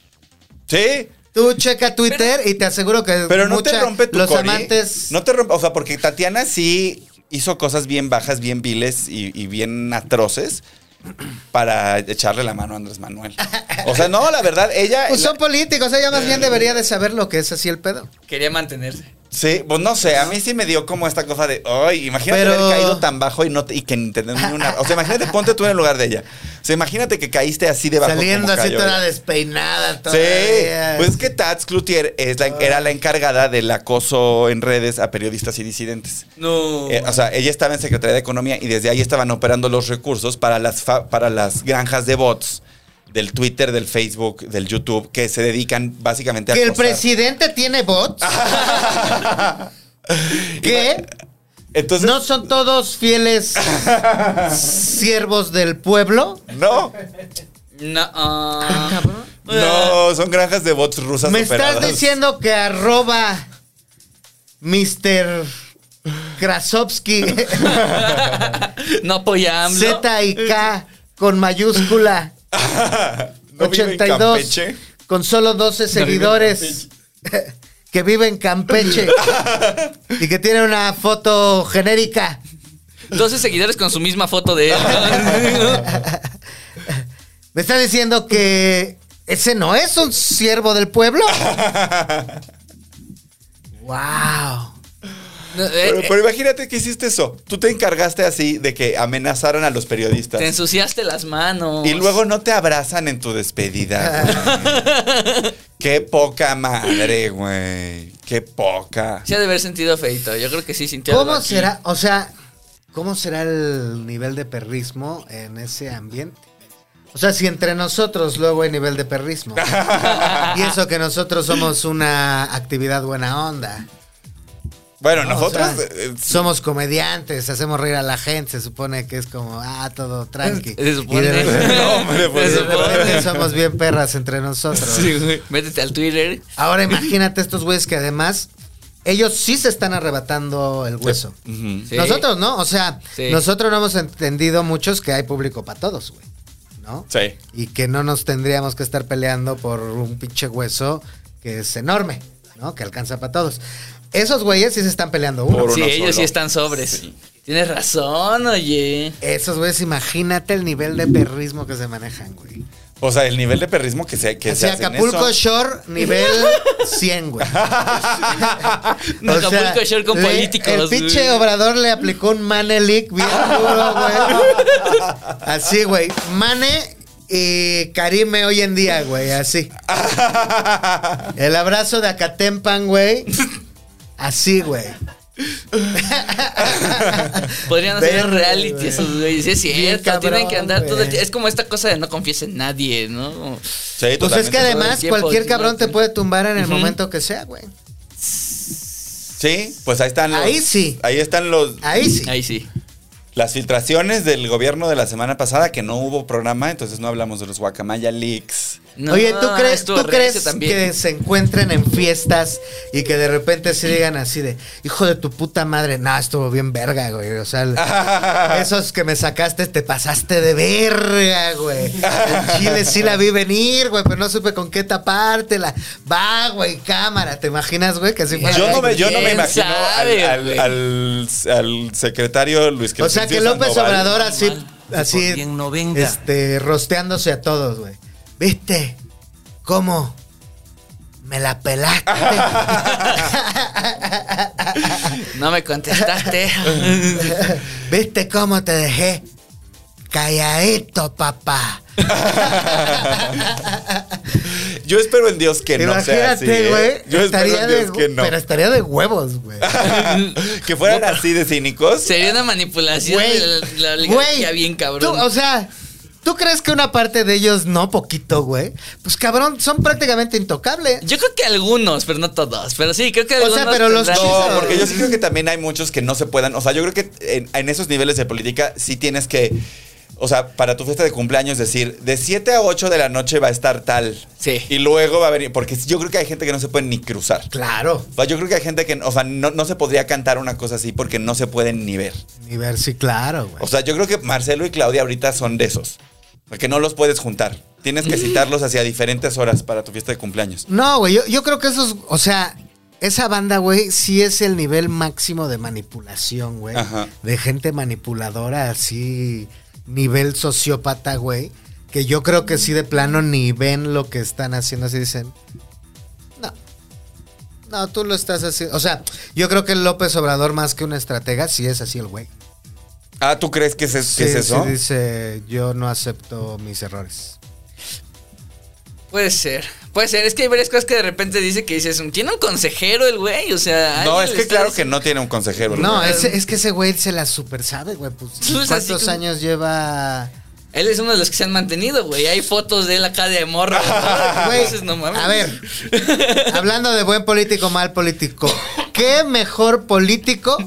Speaker 4: Sí.
Speaker 2: Tú checa Twitter y te aseguro que
Speaker 4: Pero no te
Speaker 2: mucha-
Speaker 4: rompe tu
Speaker 2: los
Speaker 4: cori.
Speaker 2: amantes.
Speaker 4: No te rompe, o sea, porque Tatiana sí hizo cosas bien bajas, bien viles y, y bien atroces para echarle la mano a Andrés Manuel. O sea, no, la verdad, ella...
Speaker 2: Pues son
Speaker 4: la- Eh.
Speaker 2: políticos, ella más bien debería de saber lo que es así el pedo.
Speaker 5: Quería mantenerse.
Speaker 4: sí, pues no sé, a mí sí me dio como esta cosa de, ay, imagínate
Speaker 2: Pero-
Speaker 4: haber caído tan bajo y, no te- y que ni tener ni una... O sea, imagínate, ponte tú en el lugar de ella. O sea, imagínate que caíste así de bajo.
Speaker 2: Saliendo
Speaker 4: como
Speaker 2: así
Speaker 4: cayó
Speaker 2: toda
Speaker 4: ella.
Speaker 2: despeinada.
Speaker 4: Sí,
Speaker 2: todavía.
Speaker 4: pues es que Tats Cloutier es la- era la encargada del acoso en redes a periodistas y disidentes.
Speaker 5: No.
Speaker 4: Eh, o sea, ella estaba en Secretaría de Economía y desde ahí estaban operando los recursos para las, fa- para las granjas de bots del Twitter, del Facebook, del YouTube, que se dedican básicamente a...
Speaker 2: que el
Speaker 4: acosar.
Speaker 2: presidente tiene bots. ¿Qué?
Speaker 4: Entonces,
Speaker 2: ¿No son todos fieles siervos del pueblo?
Speaker 4: no,
Speaker 5: No.
Speaker 2: Ah,
Speaker 5: ah.
Speaker 2: cabrón.
Speaker 4: no, son granjas de bots rusas.
Speaker 2: Me
Speaker 4: operadas.
Speaker 2: estás diciendo que arroba Mr. Krasovsky
Speaker 5: No apoyamos.
Speaker 2: Z y K con mayúscula
Speaker 4: ¿No vive en
Speaker 2: 82
Speaker 4: Campeche?
Speaker 2: con solo 12 seguidores que vive en Campeche y que tiene una foto genérica.
Speaker 5: 12 seguidores con su misma foto de él.
Speaker 2: ¿Me está diciendo que ese no es un siervo del pueblo? ¡Wow!
Speaker 5: No, eh,
Speaker 4: Pero,
Speaker 5: eh,
Speaker 4: pero imagínate que hiciste eso. Tú te encargaste así de que amenazaran a los periodistas.
Speaker 5: te ensuciaste las manos.
Speaker 4: Y luego no te abrazan en tu despedida. güey. Qué poca madre, güey. Qué poca.
Speaker 5: Se ha de haber sentido feito. Yo creo que sí sintió. algo
Speaker 2: ¿Cómo
Speaker 5: aquí.
Speaker 2: será? O sea, ¿cómo será el nivel de perrismo en ese ambiente? O sea, si entre nosotros luego hay nivel de perrismo. y eso que nosotros somos una actividad buena onda.
Speaker 4: Bueno,
Speaker 2: No,
Speaker 4: nosotros.
Speaker 2: o sea,
Speaker 4: eh,
Speaker 2: somos comediantes, hacemos reír a la gente, se supone que es como, ah, todo tranqui.
Speaker 5: Se supone.
Speaker 2: Y de repente-
Speaker 4: No, hombre, pues,
Speaker 5: Se
Speaker 2: de repente
Speaker 5: supone.
Speaker 2: somos bien perras entre nosotros.
Speaker 5: Sí, güey. Métete al Twitter.
Speaker 2: Ahora imagínate estos güeyes que además, ellos sí se están arrebatando el hueso.
Speaker 4: ujú.
Speaker 5: Sí.
Speaker 2: Nosotros no, o sea,
Speaker 5: Sí.
Speaker 2: nosotros no hemos entendido muchos que hay público para todos, güey. ¿No?
Speaker 4: Sí.
Speaker 2: Y que no nos tendríamos que estar peleando por un pinche hueso que es enorme, ¿no? Que alcanza para todos. Esos güeyes sí se están peleando uno.
Speaker 4: Por
Speaker 5: sí,
Speaker 4: uno
Speaker 5: ellos
Speaker 4: solo.
Speaker 5: sí están sobres.
Speaker 4: Sí.
Speaker 5: Tienes razón, oye.
Speaker 2: Esos güeyes, imagínate el nivel de perrismo que se manejan, güey.
Speaker 4: O sea, el nivel de perrismo que se, que
Speaker 2: Así
Speaker 4: se hacen
Speaker 2: Acapulco
Speaker 4: eso.
Speaker 2: Shore nivel 100, güey.
Speaker 5: No, Acapulco Shore con
Speaker 2: le-
Speaker 5: políticos,
Speaker 2: El
Speaker 5: güey.
Speaker 2: pinche Obrador le aplicó un Manelik bien duro, güey. Así, güey. Mane y Karime hoy en día, güey, así. El abrazo de Acatempan, güey. Así, güey.
Speaker 5: Podrían hacer
Speaker 2: Verde,
Speaker 5: un reality
Speaker 2: güey.
Speaker 5: esos güeyes. Sí, es
Speaker 2: Bien
Speaker 5: cierto.
Speaker 2: cabrón,
Speaker 5: tienen que andar todo el
Speaker 2: güey.
Speaker 5: día. Es como esta cosa de no confíes en nadie, ¿no? Como-
Speaker 4: Sí,
Speaker 2: Pues es que
Speaker 4: totalmente.
Speaker 2: además
Speaker 5: Tiempo,
Speaker 2: cualquier
Speaker 5: sí,
Speaker 2: cabrón
Speaker 5: sí.
Speaker 2: te puede tumbar en el
Speaker 5: Ujú.
Speaker 2: momento que sea, güey.
Speaker 4: Sí, pues ahí están los-
Speaker 2: Ahí sí.
Speaker 4: Ahí están los,
Speaker 2: Ahí sí.
Speaker 5: Ahí sí.
Speaker 4: las filtraciones del gobierno de la semana pasada que no hubo programa, entonces no hablamos de los Guacamaya Leaks.
Speaker 5: No,
Speaker 2: Oye, ¿tú crees,
Speaker 5: estuvo
Speaker 2: ¿tú
Speaker 5: recio
Speaker 2: crees
Speaker 5: también.
Speaker 2: que se encuentren en fiestas y que de repente se digan así de, hijo de tu puta madre, no, estuvo bien verga, güey? O sea, el- esos que me sacaste te pasaste de verga, güey. En Chile sí la vi venir, güey, pero no supe con qué tapártela. Va, güey, cámara, ¿te imaginas, güey? Que así fuera?
Speaker 4: Yo no me, yo no me
Speaker 5: ¿Quién
Speaker 4: imagino al-
Speaker 5: sabe,
Speaker 4: al,
Speaker 5: güey?
Speaker 4: al- al secretario Luis
Speaker 2: O sea, que López
Speaker 4: Sandoval.
Speaker 2: Obrador así, así,
Speaker 6: Bien no venga.
Speaker 2: este, rosteándose a todos, güey. ¿Viste cómo me la pelaste?
Speaker 5: No me contestaste.
Speaker 2: ¿Viste cómo te dejé? Calladito, papá.
Speaker 4: Yo espero en Dios que no sea así.
Speaker 2: Imagínate,
Speaker 4: ¿eh?
Speaker 2: güey.
Speaker 4: Yo espero
Speaker 2: estaría
Speaker 4: en
Speaker 2: de
Speaker 4: Dios que no.
Speaker 2: Pero estaría de huevos, güey.
Speaker 4: que fueran así de cínicos.
Speaker 5: Sería una manipulación
Speaker 2: Güey,
Speaker 5: de la- la,
Speaker 2: güey,
Speaker 5: oligarquía bien
Speaker 2: tú,
Speaker 5: cabrón.
Speaker 2: o sea, ¿tú crees que una parte de ellos no poquito, güey? Pues cabrón, son prácticamente intocables.
Speaker 5: Yo creo que algunos, pero no todos. Pero sí, creo que
Speaker 2: O sea,
Speaker 5: algunos.
Speaker 2: pero los
Speaker 5: tendrán-
Speaker 2: chidos.
Speaker 4: No, porque yo sí creo que también hay muchos que no se puedan. O sea, yo creo que en, en esos niveles de política sí tienes que. O sea, para tu fiesta de cumpleaños decir, de 7 a 8 de la noche va a estar tal.
Speaker 5: Sí.
Speaker 4: Y luego va a venir. Porque yo creo que hay gente que no se puede ni cruzar.
Speaker 2: Claro.
Speaker 4: O sea, yo creo que hay gente que, o sea, no, no se podría cantar una cosa así porque no se pueden ni ver.
Speaker 2: Ni ver si claro, güey.
Speaker 4: O sea, yo creo que Marcelo y Claudia ahorita son de esos. Porque no los puedes juntar. Tienes
Speaker 5: Mm.
Speaker 4: que citarlos hacia diferentes horas para tu fiesta de cumpleaños.
Speaker 2: No, güey, yo, yo creo que esos, o sea, esa banda, güey, sí es el nivel máximo de manipulación, güey.
Speaker 4: Ajá.
Speaker 2: De gente manipuladora, así, nivel sociópata, güey. Que yo creo que sí de plano ni ven lo que están haciendo, así dicen. No. No, tú lo estás haciendo. O sea, yo creo que López Obrador, más que un estratega, sí es así el güey.
Speaker 4: Ah, ¿tú crees que es, es-
Speaker 2: Sí,
Speaker 4: que es eso?
Speaker 2: sí dice, yo no acepto mis errores.
Speaker 5: Puede ser. Puede ser. Es que hay varias cosas que de repente dice que dices, ¿tiene un consejero el güey? O sea.
Speaker 4: no,
Speaker 5: alguien
Speaker 4: es
Speaker 5: le
Speaker 4: que
Speaker 5: está
Speaker 4: claro
Speaker 5: diciendo-
Speaker 4: que no tiene un consejero.
Speaker 2: No,
Speaker 4: es...
Speaker 2: es, es que ese güey se la super sabe, güey. Pues,
Speaker 5: Pues así
Speaker 2: ¿Cuántos
Speaker 5: como-
Speaker 2: años lleva
Speaker 5: Él es uno de los que se han mantenido, güey. Hay fotos de él acá de morro.
Speaker 2: Güey,
Speaker 5: Entonces, no mames.
Speaker 2: A ver, hablando de buen político, mal político, ¿qué mejor político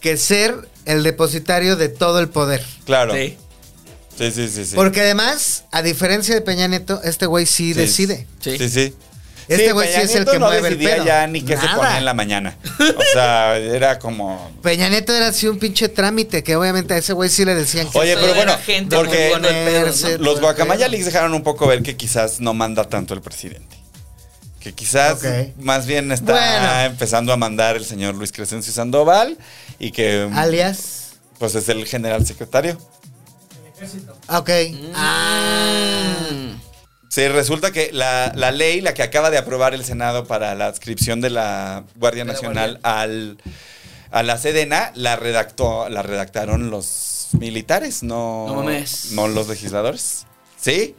Speaker 2: que ser el depositario de todo el poder?
Speaker 4: Claro.
Speaker 5: Sí.
Speaker 4: Sí, sí, sí. sí,
Speaker 2: Porque además, a diferencia de Peña Nieto, este güey
Speaker 4: Sí.
Speaker 2: sí, decide.
Speaker 5: Sí.
Speaker 4: Sí, sí.
Speaker 2: Este güey sí
Speaker 4: Peña
Speaker 2: es el
Speaker 4: Nieto
Speaker 2: que
Speaker 4: no
Speaker 2: mueve el
Speaker 4: decidía
Speaker 2: pedo.
Speaker 4: ya ni qué se
Speaker 2: Nada.
Speaker 4: ponía en la mañana. O sea, era como...
Speaker 2: Peña Nieto era así un pinche trámite que obviamente a ese güey sí le decían que
Speaker 4: Oye,
Speaker 5: Eso
Speaker 4: pero
Speaker 5: era
Speaker 4: bueno,
Speaker 5: gente
Speaker 4: porque
Speaker 5: muy
Speaker 2: Eh,
Speaker 5: buena, el pedo, ¿no?
Speaker 2: ponerse, todo
Speaker 4: Los
Speaker 2: el
Speaker 4: Guacamaya
Speaker 2: pedo.
Speaker 4: Leaks dejaron un poco ver que quizás no manda tanto el presidente. Que quizás
Speaker 2: Ok.
Speaker 4: más bien está
Speaker 2: Bueno.
Speaker 4: empezando a mandar el señor Luis Crescencio Sandoval y que
Speaker 2: Alias.
Speaker 4: pues es el general secretario.
Speaker 2: Ok. Ah.
Speaker 5: Mm.
Speaker 4: Sí, resulta que la, la ley, la que acaba de aprobar el Senado para la adscripción de la Guardia
Speaker 5: De la
Speaker 4: Nacional al, a la Sedena, la redactó, la redactaron los militares, no,
Speaker 5: No mames.
Speaker 4: no los legisladores. ¿Sí?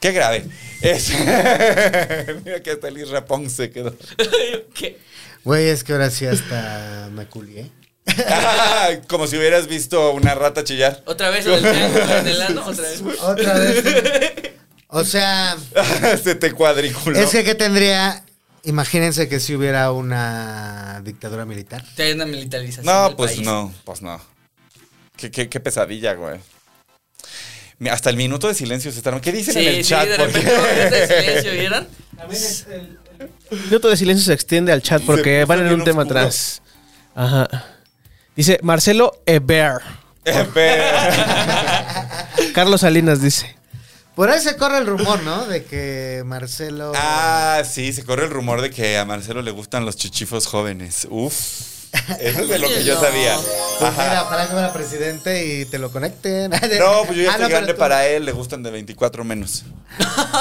Speaker 4: Qué grave. Es- Mira que hasta el Irra Pong se quedó.
Speaker 5: ¿Qué?
Speaker 2: Güey, es que ahora sí hasta me culié.
Speaker 4: Como si hubieras visto una rata chillar.
Speaker 5: Otra vez lo del triángulo en el ano, otra vez.
Speaker 2: Otra vez. O sea,
Speaker 4: Se te cuadriculó.
Speaker 2: es que ¿qué tendría? Imagínense que si hubiera una dictadura militar.
Speaker 5: Te hay una militarización.
Speaker 4: No,
Speaker 5: del
Speaker 4: pues
Speaker 5: país.
Speaker 4: no, pues no. Qué, qué- qué pesadilla, güey. Mi- Hasta el minuto de silencio se están. ¿Qué dicen
Speaker 5: Sí,
Speaker 4: en el
Speaker 5: sí,
Speaker 4: chat?
Speaker 5: de
Speaker 4: Porque-
Speaker 5: repente momentos de silencio, ¿vieron?
Speaker 1: El minuto de silencio se extiende al chat porque
Speaker 4: puso
Speaker 1: van en
Speaker 4: bien
Speaker 1: un tema
Speaker 4: oscuro.
Speaker 1: atrás. Ajá. Dice Marcelo Eber.
Speaker 4: Em,
Speaker 5: Ah,
Speaker 1: Carlos Salinas dice.
Speaker 2: Por ahí se corre el rumor, ¿no? De que Marcelo.
Speaker 4: ah, sí, se corre el rumor de que a Marcelo le gustan los chichifos jóvenes. Uf. Eso es de lo que yo
Speaker 5: No.
Speaker 4: sabía. Ah,
Speaker 2: Pues mira,
Speaker 4: Ajá.
Speaker 2: ojalá que fuera presidente y te lo conecten.
Speaker 4: No, pues yo ya
Speaker 2: Ah,
Speaker 4: estoy
Speaker 2: no, pero
Speaker 4: grande
Speaker 2: tú-
Speaker 4: para él, le gustan de 24 menos.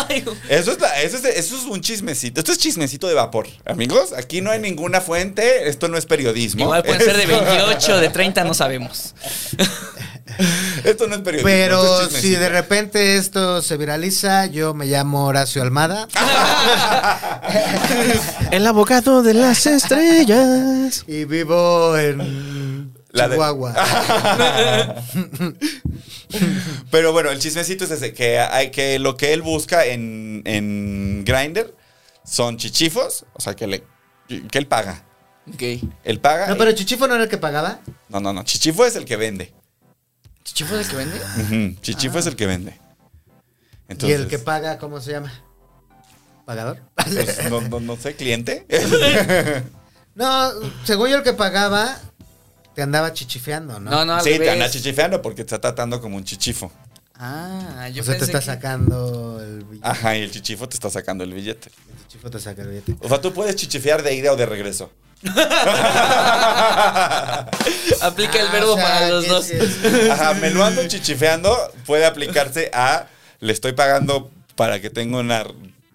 Speaker 5: Ay, güey.
Speaker 4: Eso es, la- eso, es, eso es un chismecito. Esto es chismecito de vapor. Amigos, aquí no hay ninguna fuente. Esto no es periodismo.
Speaker 5: Igual pueden ser de 28, de 30, no sabemos.
Speaker 4: Esto no es periodismo. esto
Speaker 2: Pero
Speaker 4: es
Speaker 2: si de
Speaker 4: chismecito.
Speaker 2: repente esto se viraliza, yo me llamo Horacio Almada.
Speaker 4: Ah.
Speaker 1: El abogado de las estrellas.
Speaker 2: Y vivo en
Speaker 4: La de-
Speaker 2: Chihuahua.
Speaker 4: Pero bueno, el chismecito es ese, que, hay, que lo que él busca en, en Grindr son chichifos, o sea, que, le, que él paga.
Speaker 5: Ok.
Speaker 4: Él paga.
Speaker 2: No, pero Chichifo no era el que pagaba.
Speaker 4: no, no, no, chichifo es el que vende.
Speaker 5: ¿Chichifo es el que vende?
Speaker 4: Ujú, Chichifo es el que vende.
Speaker 2: y el que paga, ¿cómo se llama? ¿Pagador?
Speaker 4: pues, no, no, no sé, cliente.
Speaker 2: no, según yo el que pagaba, te andaba chichifeando, ¿no?
Speaker 5: No, no, al
Speaker 4: sí, te
Speaker 5: revés.
Speaker 4: anda chichifeando porque te está tratando como un chichifo.
Speaker 5: Ah, yo
Speaker 2: O sea, te
Speaker 5: pensé
Speaker 2: está
Speaker 5: que-
Speaker 2: sacando el billete.
Speaker 4: Ajá, y el chichifo te está sacando el billete.
Speaker 2: El chichifo te saca el billete.
Speaker 4: O sea, tú puedes chichifear de ida o de regreso.
Speaker 5: Aplica el
Speaker 2: Ah,
Speaker 5: verbo
Speaker 2: o sea,
Speaker 5: para los
Speaker 2: que
Speaker 5: dos.
Speaker 2: sí es-
Speaker 4: Ajá, me lo ando chichifeando puede aplicarse a le estoy pagando para que tenga una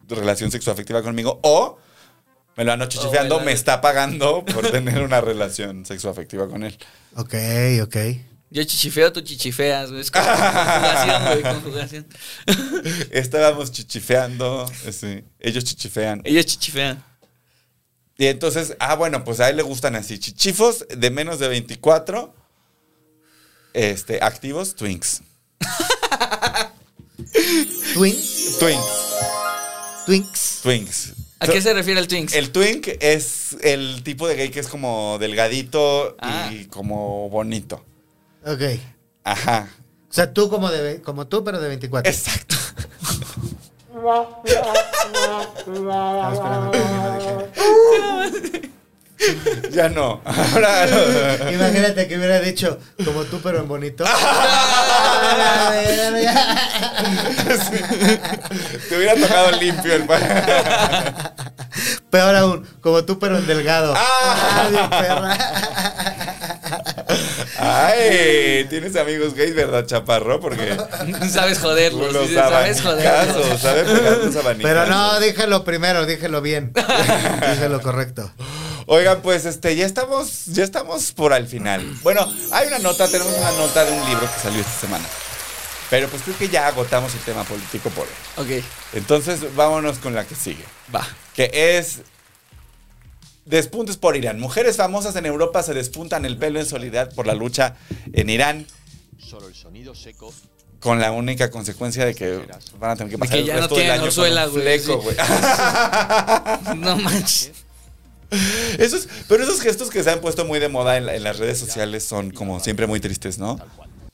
Speaker 4: relación sexoafectiva conmigo o me lo ando chichifeando,
Speaker 5: O me la-
Speaker 4: me está pagando por tener una relación sexoafectiva con él.
Speaker 2: Ok, ok.
Speaker 5: Yo chichifeo, tú chichifeas, güey. Es como conjugación, güey, conjugación.
Speaker 4: Estábamos chichifeando, sí, ellos chichifean.
Speaker 5: Ellos chichifean.
Speaker 4: Y entonces, ah, bueno, pues a él le gustan así, chichifos de menos de 24, este, activos, twinks.
Speaker 2: Twinks.
Speaker 4: Twinks,
Speaker 2: Twinks.
Speaker 4: twinks.
Speaker 5: ¿A qué se refiere el Twinks?
Speaker 4: El twink es el tipo de gay que es como delgadito
Speaker 5: Ah.
Speaker 4: y como bonito.
Speaker 2: Ok.
Speaker 4: Ajá.
Speaker 2: O sea, tú como, de, ve- como tú, pero de 24.
Speaker 4: Exacto.
Speaker 2: Estaba esperando que alguien lo dijera.
Speaker 4: Ya no. Ahora.
Speaker 2: Imagínate que hubiera dicho como tú, pero en bonito. A ver, a ver, a
Speaker 4: Te hubiera tocado limpio el pa-
Speaker 2: ver. Peor aún, como tú, pero en delgado.
Speaker 4: Ah.
Speaker 2: Ah, bien perra.
Speaker 4: Ay, tienes amigos gays, ¿verdad, chaparro? Porque
Speaker 5: Sabes joderlos,
Speaker 4: los
Speaker 5: dices, sabes joderlos.
Speaker 4: abanicazos, ¿sabes? Pegar los abanicazos.
Speaker 2: Pero no, díjelo primero, díjelo bien. Díjelo correcto.
Speaker 4: Oigan, pues este, ya estamos, ya estamos por al final. Bueno, hay una nota, tenemos una nota de un libro que salió esta semana. Pero pues creo que ya agotamos el tema político por hoy.
Speaker 5: Ok,
Speaker 4: Entonces, vámonos con la que sigue.
Speaker 5: va.
Speaker 4: que es Despuntes por Irán. Mujeres famosas en Europa se despuntan el pelo en solidaridad por la lucha en Irán,
Speaker 6: Solo el sonido seco
Speaker 4: con la única consecuencia de que van a tener que
Speaker 5: De
Speaker 4: pasar
Speaker 5: que
Speaker 4: el
Speaker 5: ya no
Speaker 4: resto del
Speaker 5: tienen
Speaker 4: año
Speaker 5: orzuela,
Speaker 4: con un
Speaker 5: güey,
Speaker 4: fleco,
Speaker 5: sí.
Speaker 4: güey.
Speaker 5: No manches.
Speaker 4: Esos- pero esos gestos que se han puesto muy de moda en, la- en las redes sociales son como siempre muy tristes, ¿no?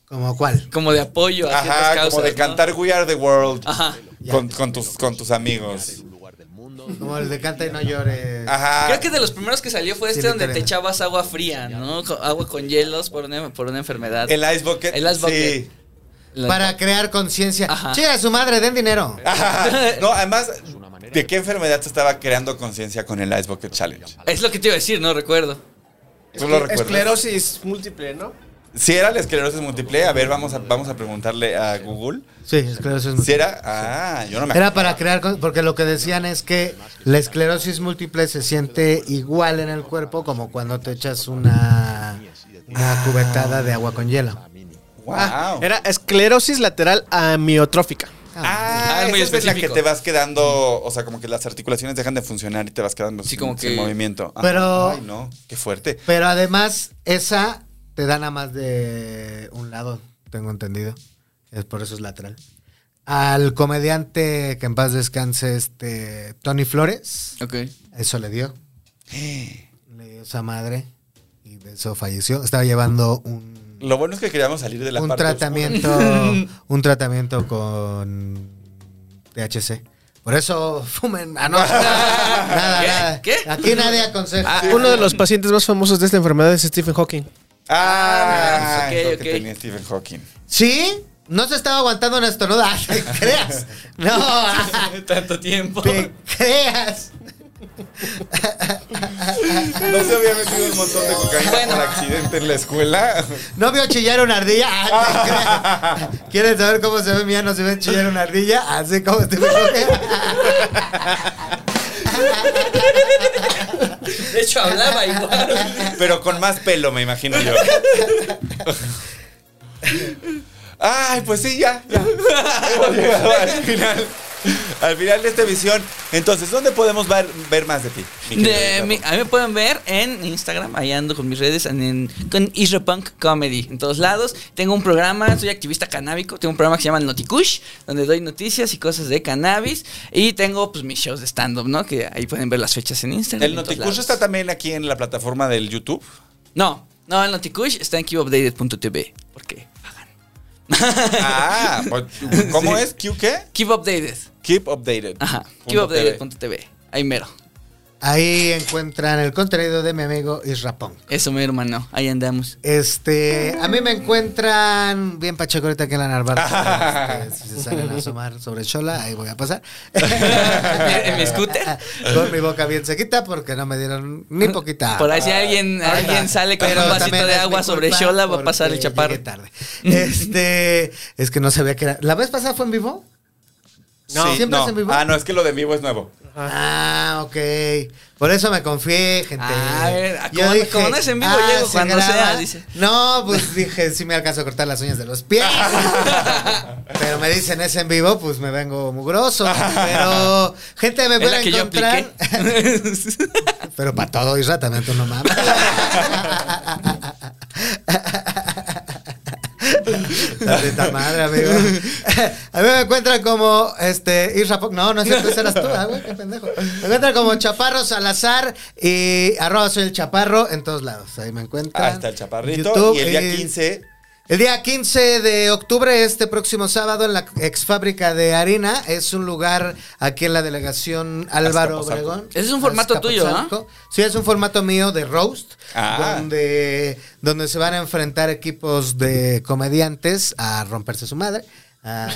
Speaker 2: ¿Como cuál?
Speaker 5: Como de apoyo a ciertas
Speaker 4: Ajá,
Speaker 5: causas,
Speaker 4: como de
Speaker 5: ¿no? Ah.
Speaker 4: cantar We Are the World
Speaker 5: Ajá.
Speaker 4: con, con tus, con tus amigos.
Speaker 6: lugar del mundo.
Speaker 2: Como el de canta y no llores.
Speaker 4: Ajá.
Speaker 5: Creo que de los primeros que salió fue
Speaker 2: Sí,
Speaker 5: este donde te
Speaker 2: literal.
Speaker 5: echabas agua fría, ¿no? Con- agua con hielos por una, por una enfermedad.
Speaker 4: El Ice Bucket.
Speaker 5: El Ice Bucket.
Speaker 4: Sí.
Speaker 5: La-
Speaker 2: Para crear conciencia.
Speaker 5: Ajá.
Speaker 2: Che, a su madre, den dinero.
Speaker 4: Ajá. No, además, ¿de qué enfermedad se estaba creando conciencia con el Ice Bucket Challenge?
Speaker 5: Es lo que te iba a decir, no recuerdo.
Speaker 4: ¿Tú lo recuerdas?
Speaker 1: Esclerosis múltiple, ¿no?
Speaker 4: Si era la esclerosis múltiple, a ver, vamos a, vamos a preguntarle a Google.
Speaker 2: Sí, esclerosis múltiple.
Speaker 4: Si era. Ah, yo no me
Speaker 2: Era para crear, con- porque lo que decían es que la esclerosis múltiple se siente igual en el cuerpo como cuando te echas una, una cubetada de agua con hielo.
Speaker 4: Wow.
Speaker 5: Ah,
Speaker 1: Era esclerosis lateral amiotrófica.
Speaker 4: Ah,
Speaker 5: Ah, es muy
Speaker 4: esa es la que
Speaker 5: específico.
Speaker 4: te vas quedando, o sea, como que las articulaciones dejan de funcionar y te vas quedando
Speaker 5: Sí,
Speaker 4: sin,
Speaker 5: como que-
Speaker 4: sin movimiento. Ajá.
Speaker 2: Pero-
Speaker 4: Ay, no, qué fuerte.
Speaker 2: Pero además, esa te da nada más de un lado, tengo entendido. Es por eso es lateral. Al comediante que en paz descanse, este Tony Flores,
Speaker 5: Ok.
Speaker 2: eso le dio. Le dio esa madre y de eso falleció. Estaba llevando un,
Speaker 4: Lo bueno es que queríamos salir de la
Speaker 2: un
Speaker 4: parte
Speaker 2: tratamiento,
Speaker 4: oscura.
Speaker 2: un tratamiento con THC. Por eso fumen. Ah, no. nada,
Speaker 5: ¿Qué?
Speaker 2: nada.
Speaker 5: ¿Qué?
Speaker 2: Aquí nadie aconseja.
Speaker 1: Uno de los pacientes más famosos de esta enfermedad es Stephen Hawking.
Speaker 4: Ah,
Speaker 5: Ah,
Speaker 4: es
Speaker 5: ok,
Speaker 4: lo que
Speaker 5: ok.
Speaker 4: tenía Stephen Hawking.
Speaker 2: ¿Sí? No se estaba aguantando una estornuda. Ah, te creas. No. ah,
Speaker 5: Tanto tiempo.
Speaker 2: Te creas.
Speaker 4: No se había metido un montón de cocaína
Speaker 5: Bueno.
Speaker 4: por accidente en la escuela.
Speaker 2: ¿No vio chillar una ardilla? Ah, te creas. ¿Quieren saber cómo se ve mía? ¿No se ve chillar una ardilla? Así como este
Speaker 5: De hecho, hablaba igual.
Speaker 4: Pero con más pelo, me imagino yo. Ay, pues sí, ya, ya. Hemos llegado al final. Al final de esta visión. Entonces, ¿dónde podemos ver, ver más de ti? mi querido
Speaker 5: De
Speaker 4: Isra?
Speaker 5: mi- ah, a mí me pueden ver en Instagram, ahí ando con mis redes, en, en- con Isra Punk Comedy, en todos lados. Tengo un programa, soy activista canábico, tengo un programa que se llama El Noticush, donde doy noticias y cosas de cannabis. Y tengo pues mis shows de stand-up, ¿no? Que ahí pueden ver las fechas en Instagram.
Speaker 4: El
Speaker 5: en todos
Speaker 4: Noticurso
Speaker 5: lados.
Speaker 4: está también aquí en la plataforma del YouTube.
Speaker 5: No, no, el Noticush está en keepupdated.tv. ¿Por qué? Pagan.
Speaker 4: Ah, pues, ¿cómo
Speaker 5: Sí.
Speaker 4: es? ¿Q qué?
Speaker 5: Keep Updated.
Speaker 4: Keep updated.
Speaker 5: Ajá,
Speaker 4: Punto TV.
Speaker 5: keepupdated.tv. Ahí mero.
Speaker 2: Ahí encuentran el contenido de mi amigo Israpón.
Speaker 5: Eso, mi hermano, ahí andamos.
Speaker 2: Este, a mí me encuentran bien pacheco ahorita que en la Narvarte. Este, si se salen a asomar sobre Chola, ahí voy a pasar.
Speaker 5: ¿En mi scooter?
Speaker 2: Con mi boca bien sequita porque no me dieron ni poquita.
Speaker 5: Por ahí si alguien,
Speaker 2: Ah, Ahorita.
Speaker 5: alguien sale con
Speaker 2: Pero
Speaker 5: un vasito
Speaker 2: también
Speaker 5: de
Speaker 2: es
Speaker 5: agua
Speaker 2: mi
Speaker 5: sobre
Speaker 2: culpa
Speaker 5: Shola, va a pasar el
Speaker 2: porque
Speaker 5: chaparro.
Speaker 2: llegué tarde. Este, es que no sabía que era. ¿La vez pasada fue en vivo?
Speaker 4: No,
Speaker 2: Sí, ¿siempre
Speaker 4: no.
Speaker 2: es en vivo?
Speaker 4: Ah, no, es que lo de en vivo es nuevo.
Speaker 2: Ah, ok. Por eso me confié, gente.
Speaker 5: Ah, a ver,
Speaker 2: Yo
Speaker 5: como no- como no es en vivo, llego
Speaker 2: ¿se
Speaker 5: cuando sea, dice.
Speaker 2: No, pues dije, sí me alcanzo a cortar las uñas de los pies. pero me dicen, es en vivo, pues me vengo mugroso. Pero, gente, me
Speaker 5: Es la
Speaker 2: pueden
Speaker 5: que yo
Speaker 2: encontrar.
Speaker 5: apliqué.
Speaker 2: pero para todo Isra también tú no mames. La neta madre, amigo. A mí me encuentran como este Isra Fox. No, no es cierto, ese eras tú, ah, güey, qué pendejo. Me encuentran como Chaparro Salazar y arroba soy el Chaparro en todos lados. Ahí me encuentran.
Speaker 4: Hasta el chaparrito.
Speaker 2: YouTube eh,
Speaker 4: y el día 15.
Speaker 2: El día 15 de octubre, este próximo sábado, en la ex fábrica de harina, es un lugar aquí en la delegación Álvaro
Speaker 4: Azcapotzalco.
Speaker 2: Obregón.
Speaker 5: Ese es un formato tuyo, ¿ah?
Speaker 2: Azcapotzalco. Sí, es un formato mío de roast,
Speaker 4: Ah.
Speaker 2: donde, donde se van a enfrentar equipos de comediantes a romperse su madre. A,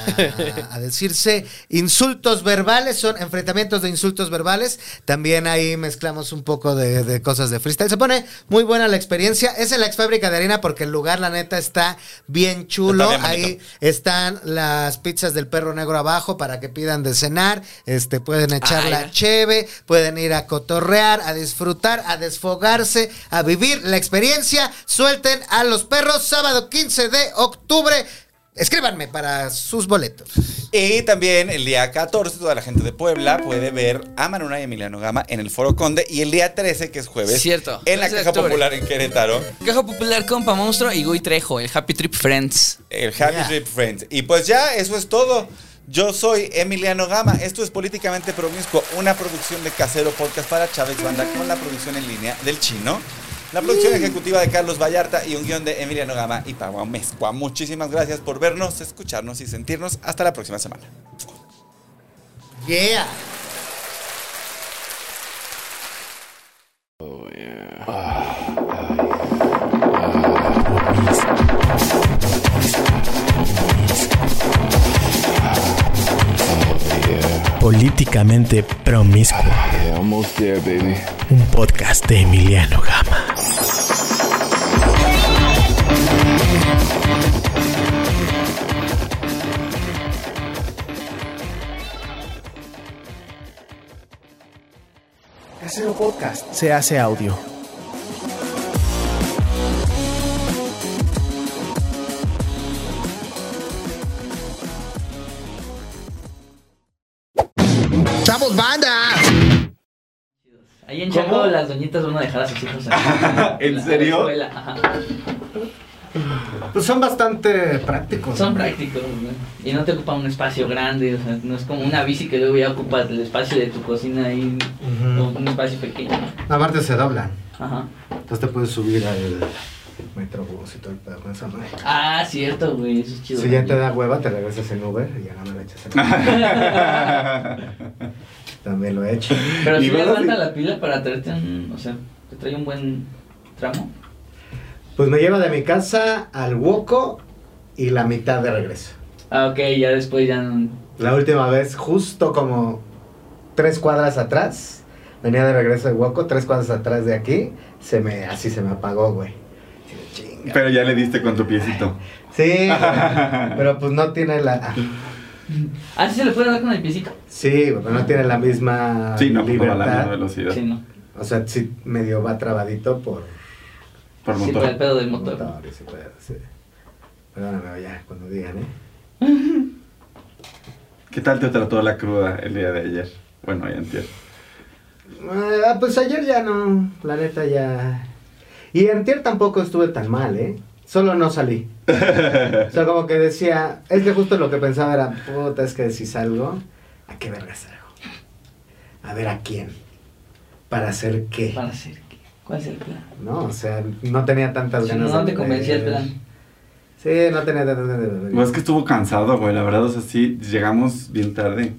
Speaker 2: a decirse insultos verbales, son enfrentamientos de insultos verbales. También ahí mezclamos un poco de, de cosas de freestyle. Se pone muy buena la experiencia. Es en la ex fábrica de harina porque el lugar, la neta, está bien chulo.
Speaker 4: Está bien bonito.
Speaker 2: ahí están las pizzas del perro negro abajo para que pidan de cenar. Este pueden echar
Speaker 5: Ay,
Speaker 2: la
Speaker 5: ya.
Speaker 2: cheve, pueden ir a cotorrear, a disfrutar, a desfogarse, a vivir la experiencia. Suelten a los perros sábado 15 de octubre. Escríbanme para sus boletos.
Speaker 4: Y también el día 14, toda la gente de Puebla puede ver a Manuna y Emiliano Gama en el Foro Conde. Y el día 13, que es jueves,
Speaker 5: Cierto,
Speaker 4: en la
Speaker 5: 13 de
Speaker 4: Caja
Speaker 5: octubre.
Speaker 4: Popular en Querétaro,
Speaker 5: Caja Popular, Compa Monstruo y Gui Trejo, el Happy Trip Friends.
Speaker 4: el Happy
Speaker 2: Yeah.
Speaker 4: Trip Friends. Y pues ya, eso es todo. Yo soy Emiliano Gama. Esto es Políticamente Promiscuo, una producción de Casero Podcast para Chávez Banda con la producción en línea del chino. La producción
Speaker 5: Mm.
Speaker 4: ejecutiva de Carlos Vallarta y un guión de Emiliano Gama y Pablo Mezcua. Muchísimas gracias por vernos, escucharnos y sentirnos. Hasta la próxima semana.
Speaker 2: Yeah.
Speaker 7: Políticamente Promiscuo,
Speaker 3: Yeah, almost there, baby.
Speaker 7: un podcast de Emiliano Gama.
Speaker 1: Casero Podcast se hace audio.
Speaker 2: ¡Somos banda!
Speaker 5: Ahí en Chaco las doñitas van a dejar a sus hijos.
Speaker 4: en- ¿En en la serio? escuela,
Speaker 2: Pues son bastante prácticos.
Speaker 5: Son prácticos, güey. Y no te ocupa un espacio grande, o sea, no es como una bici que luego ya ocupa el espacio de tu cocina ahí,
Speaker 2: Ujú.
Speaker 5: o un espacio pequeño.
Speaker 2: Aparte se doblan.
Speaker 5: Ajá.
Speaker 2: Entonces te puedes subir al metrobús y todo el pedo con esa madre.
Speaker 5: Ah, cierto, güey, eso es chido.
Speaker 2: Si ya te da hueva, te regresas en Uber y ya no me la echas en También lo he hecho.
Speaker 5: Pero
Speaker 4: Y
Speaker 5: si
Speaker 4: vas a-
Speaker 5: levanta la pila para traerte un, o sea, te trae un buen tramo.
Speaker 2: Pues me lleva de mi casa al Woco y la mitad de regreso.
Speaker 5: Ah, ok, ya después ya no-
Speaker 2: La última vez, justo como tres cuadras atrás, venía de regreso de Huoco, tres cuadras atrás de aquí, se me, así se me apagó, güey. Chinga.
Speaker 8: Pero ya le diste con tu piecito.
Speaker 2: Sí, güey, pero pues no tiene la... ah,
Speaker 5: Ah, sí se le puede dar con el piecito.
Speaker 2: Sí, güey, pero no tiene la misma
Speaker 8: Sí, no, pues, no va a la
Speaker 2: libertad.
Speaker 8: misma velocidad.
Speaker 5: Sí, no.
Speaker 2: o sea, sí medio va trabadito por...
Speaker 8: Por
Speaker 5: Sí, por el
Speaker 8: motor.
Speaker 5: pedo del motor.
Speaker 2: y sí, pues, sí. Perdóname ya, cuando digan, ¿eh?
Speaker 8: ¿Qué tal te trató la cruda el día de ayer? Bueno, ahí antier.
Speaker 2: Ah, pues ayer ya no, la neta ya. Y antier tampoco estuve tan mal, ¿eh? Solo no salí. o sea, como que decía, es que justo lo que pensaba era, puta, es que si salgo, ¿a qué verga salgo? A ver a quién. ¿Para hacer qué?
Speaker 5: Para hacer qué? ¿Cuál es el plan?
Speaker 2: No, o sea, no tenía tantas
Speaker 5: Si no,
Speaker 2: ganas
Speaker 5: no te
Speaker 2: ver.
Speaker 5: convencía el plan.
Speaker 2: Sí, no tenía tantas ganas de ver.
Speaker 8: Pues es que estuvo cansado, güey. La verdad, o sea, sí, llegamos bien tarde.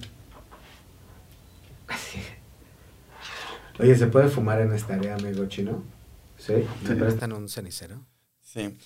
Speaker 2: Oye, ¿se puede fumar en esta área, amigo chino? Sí.
Speaker 8: Sí.
Speaker 2: ¿Me prestan un cenicero?
Speaker 4: Sí.